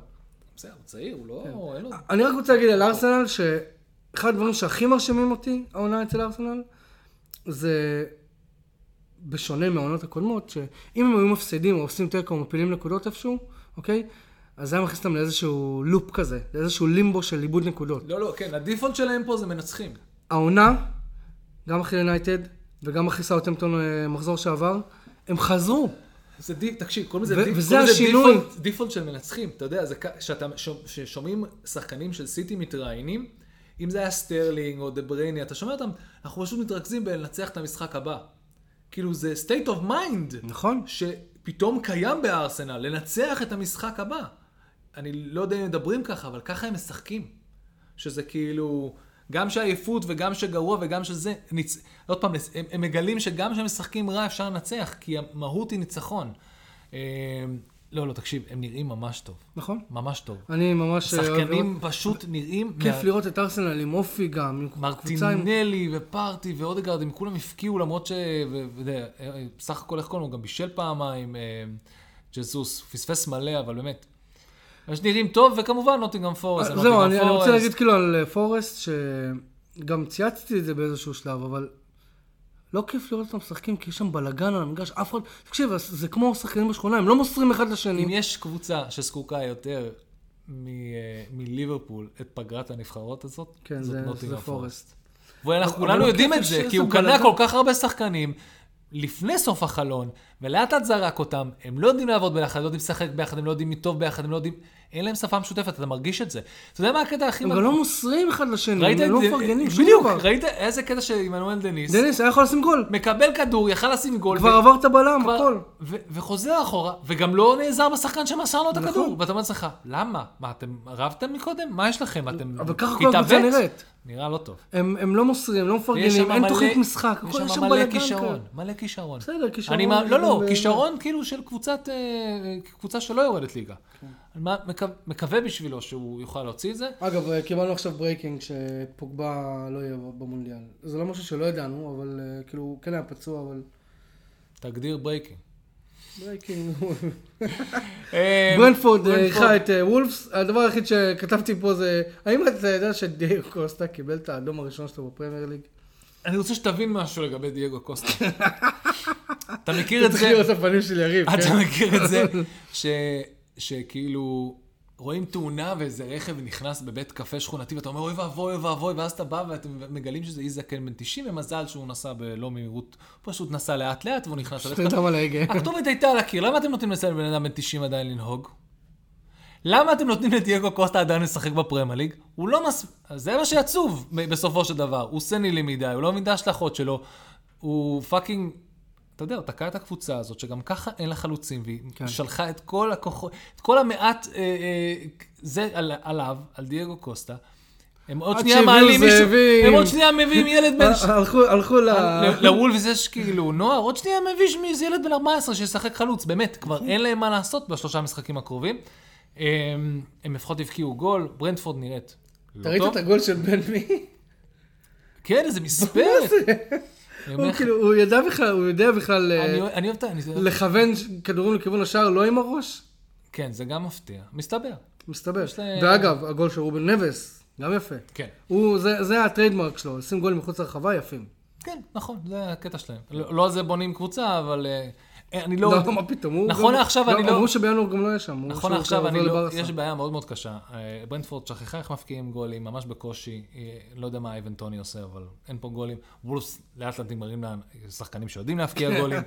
בסדר, הוא צעיר, הוא לא... אין לו...
אני רק רוצה להגיד על ארסנל, שאחד הדברים שהכי מרשימים אותי, העונה אצל ארסנל, זה בשונה מהעונות הקודמות, שאם הם היו מפסידים או עושים תיקו או מפילים נקודות איפשהו, אוקיי? אז זה היה מכניס אותם לאיזשהו לופ כזה, לאיזשהו לימבו של איבוד נקודות.
לא, לא, כן, הדיפולט שלהם פה זה מנצחים.
העונה, גם אחרי יונייטד וגם אחרי סאוטמפטון אה, מחזור שעבר, הם חזרו.
זה דיפ, תקשיב, קוראים לזה
ו-
דיפ,
וזה
קוראים לזה
השינוי.
דיפולט, דיפולט של מנצחים, אתה יודע, זה כ- שאתה, שומ- ששומעים שחקנים של סיטי מתראיינים, אם זה היה סטרלינג או דה ברייני, אתה שומע אותם, אנחנו פשוט מתרכזים בלנצח את המשחק הבא. כאילו זה state of mind.
נכון.
שפתאום קיים בארסנל, לנצח את המשחק הבא. אני לא יודע אם מדברים ככה, אבל ככה הם משחקים. שזה כאילו, גם שעייפות וגם שגרוע וגם שזה, ניצ... עוד פעם, הם, הם מגלים שגם כשהם משחקים רע אפשר לנצח, כי המהות היא ניצחון. אה, לא, לא, תקשיב, הם נראים ממש טוב.
נכון.
ממש טוב.
אני ממש... אה, אוהב
שחקנים
לראות-
פשוט נראים...
כיף
מה-
לראות את ארסנל עם אופי גם, עם אה, קבוצה עם...
מרטינלי ופרטי ואודגרד, הם כולם הפקיעו למרות ש... ו- ו- אה, אה, בסך הכל, איך קוראים לו? גם בישל פעמיים, אה, ג'זוס, פספס מלא, אבל באמת. אז נראים טוב, וכמובן נוטינגאם פורסט.
אה, זהו, אני אני רוצה להגיד כאילו על אה, פורסט, שגם צייצתי את זה באיזשהו שלב, אבל לא כיף לראות אותם משחקים, כי יש שם בלאגן על המגרש, אף אחד... תקשיב, אז זה כמו שחקנים בשכונה, הם לא מוסרים אחד
אם
לשני.
יש קבוצה שזקוקה יותר מ- אה, מליברפול את פגרת הנבחרות הזאת,
כן,
זאת
זה
נוטינגאם
זה
פורסט.
פורסט.
ואנחנו
אבל
כולנו
הקטע
יודעים את
שיש
זה, כי
איזה
הוא קנה
בלגן.
כל כך הרבה שחקנים לפני סוף החלון, ולאט לאט זרק אותם, הם לא יודעים לעבוד ביחד, הם לא יודעים לשחק ביחד, הם לא יודעים מי טוב ביחד, הם לא יודעים... אין להם שפה משותפת, אתה מרגיש את זה. אתה יודע מה הקטע הכי...
הם
מג-
גם לא מוסרים אחד לשני,
ראית
הם לא
את זה- אה,
מפרגנים שום
בדיוק,
דבר.
ראית איזה קטע שעמנואל דניס,
דניס היה יכול לשים גול,
מקבל כדור, יכל לשים גול,
כבר
ו-
עבר את הבלם,
כבר-
הכל.
ו- וחוזר אחורה, וגם לא נעזר בשחקן שמסר לו את
נכון.
הכדור. ואתה אומר לעצמך, למה? מה, אתם רבתם מקודם? מה יש לכם? אתם...
אבל ככה כל הקבוצה
התעוות?"
נראית.
נראה לא טוב.
הם, הם לא מוסרים, לא
ויש
מפרגנים,
שם
אין
מלא-
תוכנית משחק,
יש
הכל יש
שם
שם
מלא
בלאגן.
כישרון,
כזה.
מלא כישרון.
בסדר, כישרון.
אני מה-
זה
לא, לא,
גם-
כישרון כאילו של קבוצת, אה, קבוצה שלא יורדת ליגה.
כן.
אני מה- מקו- מקווה בשבילו שהוא יוכל להוציא את זה.
אגב, אה, קיבלנו עכשיו ברייקינג שפוגבה לא יהיה במונדיאל. זה לא משהו שלא ידענו, אבל אה, כאילו, הוא כן היה פצוע, אבל
תגדיר ברייקינג.
ברייקינג...
אה,
ברנפורד אה,
ברנפורד.
אירחה את אה, וולפס. הדבר היחיד שכתבתי פה זה, האם אתה יודע שדייב קוסטה קיבל את האדום הראשון שלו בפרמייר ליג?
אני רוצה שתבין משהו לגבי דייגו קוסטה. אתה מכיר את
צריך
זה?
לראות את הפנים של יריב,
אתה
כן?
מכיר את זה? ש- שכאילו רואים תאונה ואיזה רכב נכנס בבית קפה שכונתי, ואתה אומר, אוי ואבוי, אוי ואבוי, ואז אתה בא ואתם מגלים שזה איש זקן בן 90, ומזל שהוא נסע בלא מהירות, הוא פשוט נסע לאט-לאט והוא נכנס לבית
שתי
קפה.
דם על ההגה.
הכתובת הייתה על הקיר, למה אתם נותנים לבן אדם בן 90 עדיין לנהוג? למה אתם נותנים לדייגו קוסטה עדיין לשחק בפרמייר ליג? הוא לא מס... זה מה שעצוב מ- בסופו של דבר. הוא סנילי מדי, הוא לא מבין את ההשלכות שלו. הוא פאקינג... אתה יודע, הוא תקע את הקבוצה הזאת, שגם ככה אין לה חלוצים, והיא
כן.
כן. שלחה את כל הכוחות, את כל המעט אה, אה, זה על, עליו, על דייגו קוסטה. הם עוד
עד
שנייה
שהביאו
מעלים מישהו,
זאבים.
הם עוד שנייה מביאים ילד בן
אה, הלכו- הלכו ל...
ל- לוולפס יש כאילו נוער, עוד שנייה מביש מאיזה ילד בן 14 שישחק חלוץ, באמת, כבר אין להם מה לעשות בשלושה המשחקים הקרובים. הם הם לפחות הבקיעו גול, ברנדפורד נראית. לא
אתה ראית את הגול של בן מי?
כן, איזה מספרת. אני אומר
הוא
לך,
כאילו, הוא ידע בכלל, הוא יודע בכלל... אה,
אני אוהב- אני אוהב את ה... אני-
לכוון ש- כדורים לכיוון השער לא עם הראש?
כן, זה גם מפתיע. מסתבר.
מסתבר.
יש להם-
ואגב, הגול של רובן נבס, גם יפה.
כן.
הוא, זה, זה הטריידמרק שלו, לשים גולים מחוץ לרחבה יפים.
כן, נכון, זה הקטע שלהם. לא לא על זה בונים קבוצה, אבל אה, אני לא...
לא, מה פתאום, הוא...
נכון
גם-
לעכשיו אני לא-
אמרו שבינואר גם לא יהיה שם. אמרו
נכון
שהוא
עכשיו,
עובר
אני לא,
לברסה.
יש בעיה מאוד מאוד קשה. אה, ברנדפורד שכחה איך מפקיעים גולים, ממש בקושי. אה, לא יודע מה אייבן טוני עושה, אבל אין פה גולים. וולס לאט לאט נגמרים לשחקנים שיודעים להפקיע גולים.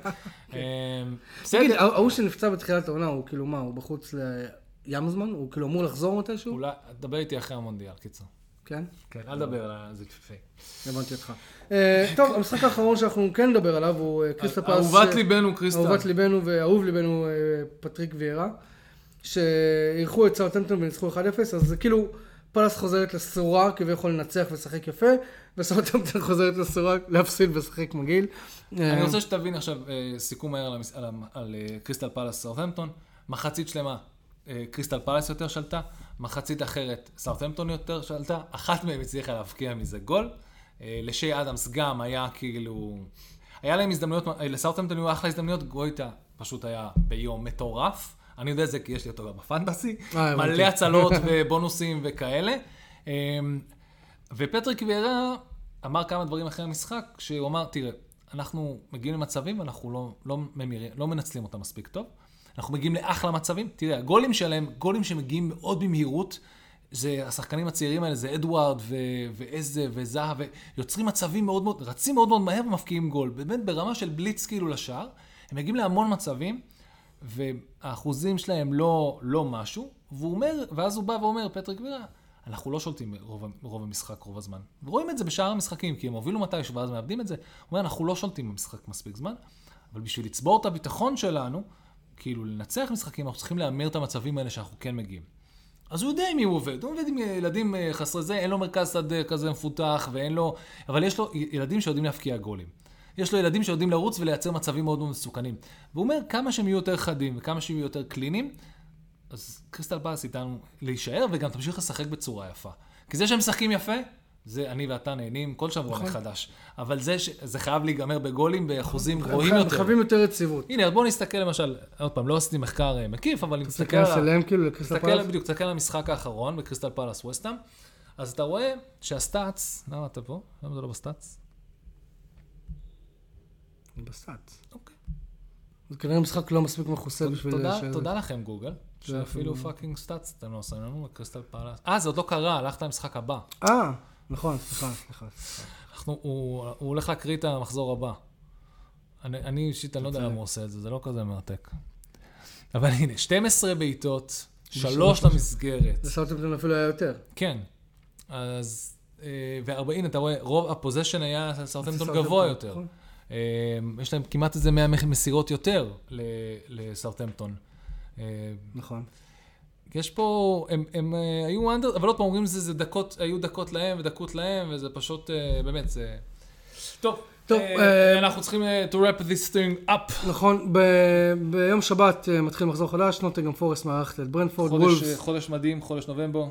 אה,
תגיד,
בסדר.
ההוא שנפצע בתחילת העונה, הוא כאילו מה, הוא בחוץ לים זמן? הוא כאילו אמור לחזור מתישהו?
אולי, דבר איתי אחרי המונדיאל, קיצור.
כן?
כן, אל תדבר על זה לפני.
הבנתי אותך. אה, טוב, המשחק האחרון שאנחנו כן נדבר עליו הוא אה, קריסטל פלאס.
אהובת ליבנו, קריסטל.
אהובת ליבנו ואהוב ליבנו אה, פטריק ויירה, שאירחו את סאוטמפטון וניצחו 1-0, אז זה כאילו פלאס חוזרת לסורה כביכול לנצח ולשחק יפה, וסאוטמפטון חוזרת לסורה להפסיד ולשחק מגעיל. אה,
אני רוצה שתבין עכשיו אה, סיכום מהר על המס- על המ- על אה, קריסטל פלאס סאות'מפטון. מחצית שלמה אה, קריסטל פלאס יותר שלטה, מחצית אחרת סאות'מפטון יותר שלטה, אחת מהן הצליחה להבקיע מזה גול. אה, לשי אדמס גם היה כאילו... היה להם הזדמנויות, אה, לסאות'מפטון היו אחלה הזדמנויות, גויטה פשוט היה ביום מטורף. אני יודע את זה כי יש לי אותו גם בפנטסי.
אה, הבנתי.
מלא הצלות ובונוסים וכאלה. אמ, ופטריק ויירה אמר כמה דברים אחרי המשחק, שהוא אמר, תראה, אנחנו מגיעים למצבים ואנחנו לא, לא, ממירים, לא מנצלים אותם מספיק טוב. אנחנו מגיעים לאחלה מצבים. תראה, הגולים שלהם, גולים שמגיעים מאוד במהירות. זה השחקנים הצעירים האלה, זה אדוארד ו- ואיזה וזהב, ויוצרים מצבים מאוד מאוד, רצים מאוד מאוד מהר ומפקיעים גול. באמת ברמה של בליץ כאילו לשער. הם מגיעים להמון מצבים, והאחוזים שלהם לא, לא משהו, והוא אומר, ואז הוא בא ואומר, פטריק וירה, אנחנו לא שולטים רוב, ה- רוב המשחק, רוב הזמן. ורואים את זה בשאר המשחקים, כי הם הובילו מתישהו ואז מאבדים את זה. הוא אומר, אנחנו לא שולטים במשחק מספיק זמן, אבל בשביל לצבור את הביטחון שלנו, כאילו לנצח משחקים, אנחנו צריכים להמיר את המצבים האלה שאנחנו כן מגיעים. אז הוא יודע עם מי הוא עובד, הוא עובד עם ילדים אה, חסרי זה, אין לו מרכז שדה כזה מפותח ואין לו... אבל יש לו י- ילדים שיודעים להפקיע גולים. יש לו ילדים שיודעים לרוץ ולייצר מצבים מאוד מאוד מסוכנים. והוא אומר, כמה שהם יהיו יותר חדים וכמה שהם יהיו יותר קליניים, אז קריסטל פלס איתנו להישאר וגם תמשיך לשחק בצורה יפה. כי זה שהם משחקים יפה, זה אני ואתה נהנים כל שבוע נכון. מחדש. אבל זה, ש... זה חייב להיגמר בגולים באחוזים גבוהים
הם
יותר.
חייבים יותר יציבות.
הנה, אז בואו נסתכל למשל, עוד פעם, לא עשיתי מחקר אה, מקיף, אבל אם
תסתכל
נסתכל על...
עליהם כאילו לקריסטל
תסתכל,
פלאס.
בדיוק, תסתכל על המשחק האחרון בקריסטל פלאס ווסטאם, אז אתה רואה שהסטאצ, למה אתה פה? למה אתה לא בסטאצ?
בסט.
אוקיי.
זה כנראה משחק לא מספיק מכוסה בשביל...
תודה,
שזה-
תודה לכם גוגל, שאפילו פאקינג סטאצ אתם לא שמים לנו בקריסטל פלאס. אה, זה עוד לא קרה, הלכת למשחק הבא.
אה, נכון, סליחה, סליחה.
אנחנו, הוא, הוא הולך להקריא את המחזור הבא. אני- אני אישית, אני לא יודע למה הוא עושה את זה, זה לא כזה מרתק. אבל הנה, 12 בעיטות, 3 למסגרת.
לסאוטמפטון אפילו היה יותר.
כן. אז, אה, והרבה, הנה, אתה רואה, רוב הפוזיישן היה סרטמפטון
סאות'המפטון,
גבוה יותר.
נכון.
אה, יש להם כמעט איזה 100 מח- מסירות יותר ל- לסרטמפטון. אה,
נכון.
יש פה, הם, הם אה, היו אנדר, אבל עוד פעם אומרים זה, זה דקות, היו דקות להם ודקות להם, וזה פשוט, אה, באמת, זה... טוב,
טוב,
אה,
אה,
אנחנו צריכים אה, to wrap this thing up.
נכון, ב- ביום שבת אה, מתחיל מחזור חדש, נוטינגרם פורסט מארחת את ברנפורד,
חודש,
וולפס,
אה, חודש מדהים, חודש נובמבר.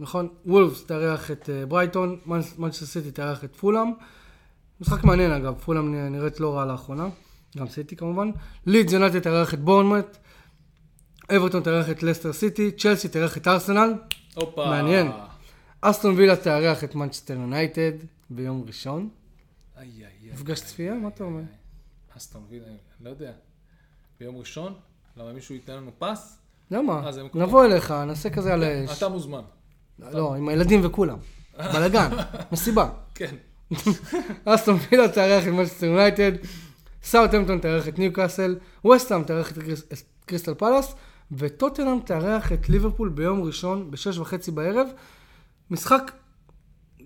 נכון, וולפס תארח את אה, ברייטון, מנ- מנצ'סטר סיטי תארח את פולאם. משחק מעניין אגב, פולאם נ- נראית לא רע לאחרונה, גם סיטי כמובן. לידס יונטי תארח את בורנמט, אברטון תארח את לסטר סיטי, צ'לסי תארח את ארסנל,
הופה.
מעניין. אסטון וילה תארח את מנצ'סטר יונייטד ביום ראשון.
איי, איי, איי. אה,
מפגש צפייה? מה אתה אומר?
אסטון וילה, אני לא יודע. ביום ראשון? למה מישהו ייתן לנו פס?
למה?
אה, זה מקובל. כן,
נבוא אליך, נעשה כזה על האש.
אתה מוזמן.
לא, עם הילדים וכולם. בלאגן, מסיבה.
כן.
אסטון וילה תארח את מנצ'סטר יונייטד, סאוטהמפטון תארח את ניוקאסל, ווסטהאם תארח את קריס- את קריסטל פלאס, וטוטנאם תארח את ליברפול ביום ראשון בשש וחצי בערב. משחק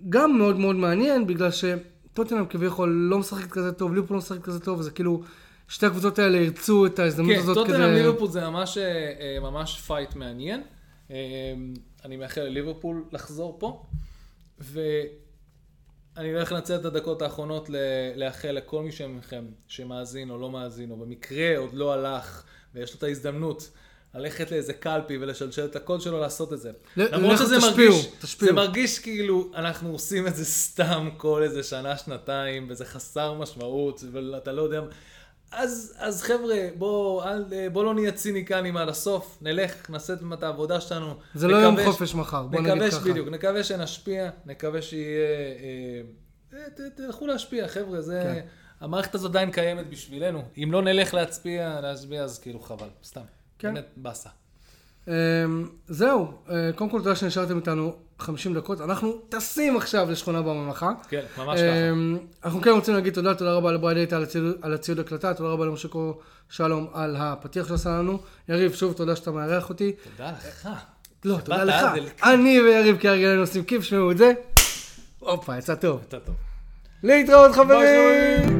גם מאוד מאוד מעניין, בגלל שטוטנאם כביכול לא משחקת כזה טוב, ליברפול לא משחקת כזה טוב, זה כאילו, שתי הקבוצות האלה ירצו את ההזדמנות
כן,
הזאת
טוטנאם
כדי...
ליברפול זה ממש, אה, אה, ממש פייט מעניין. אה, אני מאחל לליברפול לחזור פה. ואני הולך לנצל את הדקות האחרונות ל- לאחל לכל מי מכם שמאזין או לא מאזין, או במקרה עוד לא הלך, ויש לו את ההזדמנות. ללכת לאיזה קלפי ולשלשל את הקול שלו לעשות את זה.
ל-
למרות
לכו
שזה
תשפיעו,
מרגיש,
תשפיעו.
זה מרגיש כאילו אנחנו עושים את זה סתם כל איזה שנה, שנתיים, וזה חסר משמעות, ואתה לא יודע... אז, אז חבר'ה, בואו בוא לא נהיה ציניקנים עד הסוף, נלך, נעשה את את העבודה שלנו.
זה לא יום
נקווה ש-
חופש מחר, בוא נגיד
נקווה ש-
ככה.
בדיוק, נקווה שנשפיע, נקווה שיהיה אה, ת- ת- תלכו להשפיע, חבר'ה, זה...
כן.
המערכת הזאת עדיין קיימת בשבילנו. אם לא נלך להצביע, להשפיע, אז כאילו חבל, סתם.
כן.
באמת, באסה.
אמ, זהו, אה, קודם כל תודה שנשארתם איתנו 50 דקות, אנחנו טסים עכשיו לשכונה בממלכה.
כן, ממש ככה.
אמ, אנחנו כן רוצים להגיד תודה, תודה רבה לברייד איתה על הציוד- על הציוד הקלטה, תודה רבה למשה קור שלום על הפתיח שעשה לנו. יריב, שוב תודה שאתה מארח אותי.
תודה לך.
לא,
שבאת
תודה
עד
לך.
אל-
אני ויריב כהרגלנו עושים כיף, שמעו את זה. הופה, יצא טוב.
אתה טוב.
להתראות
ביי,
חברים!
חברים.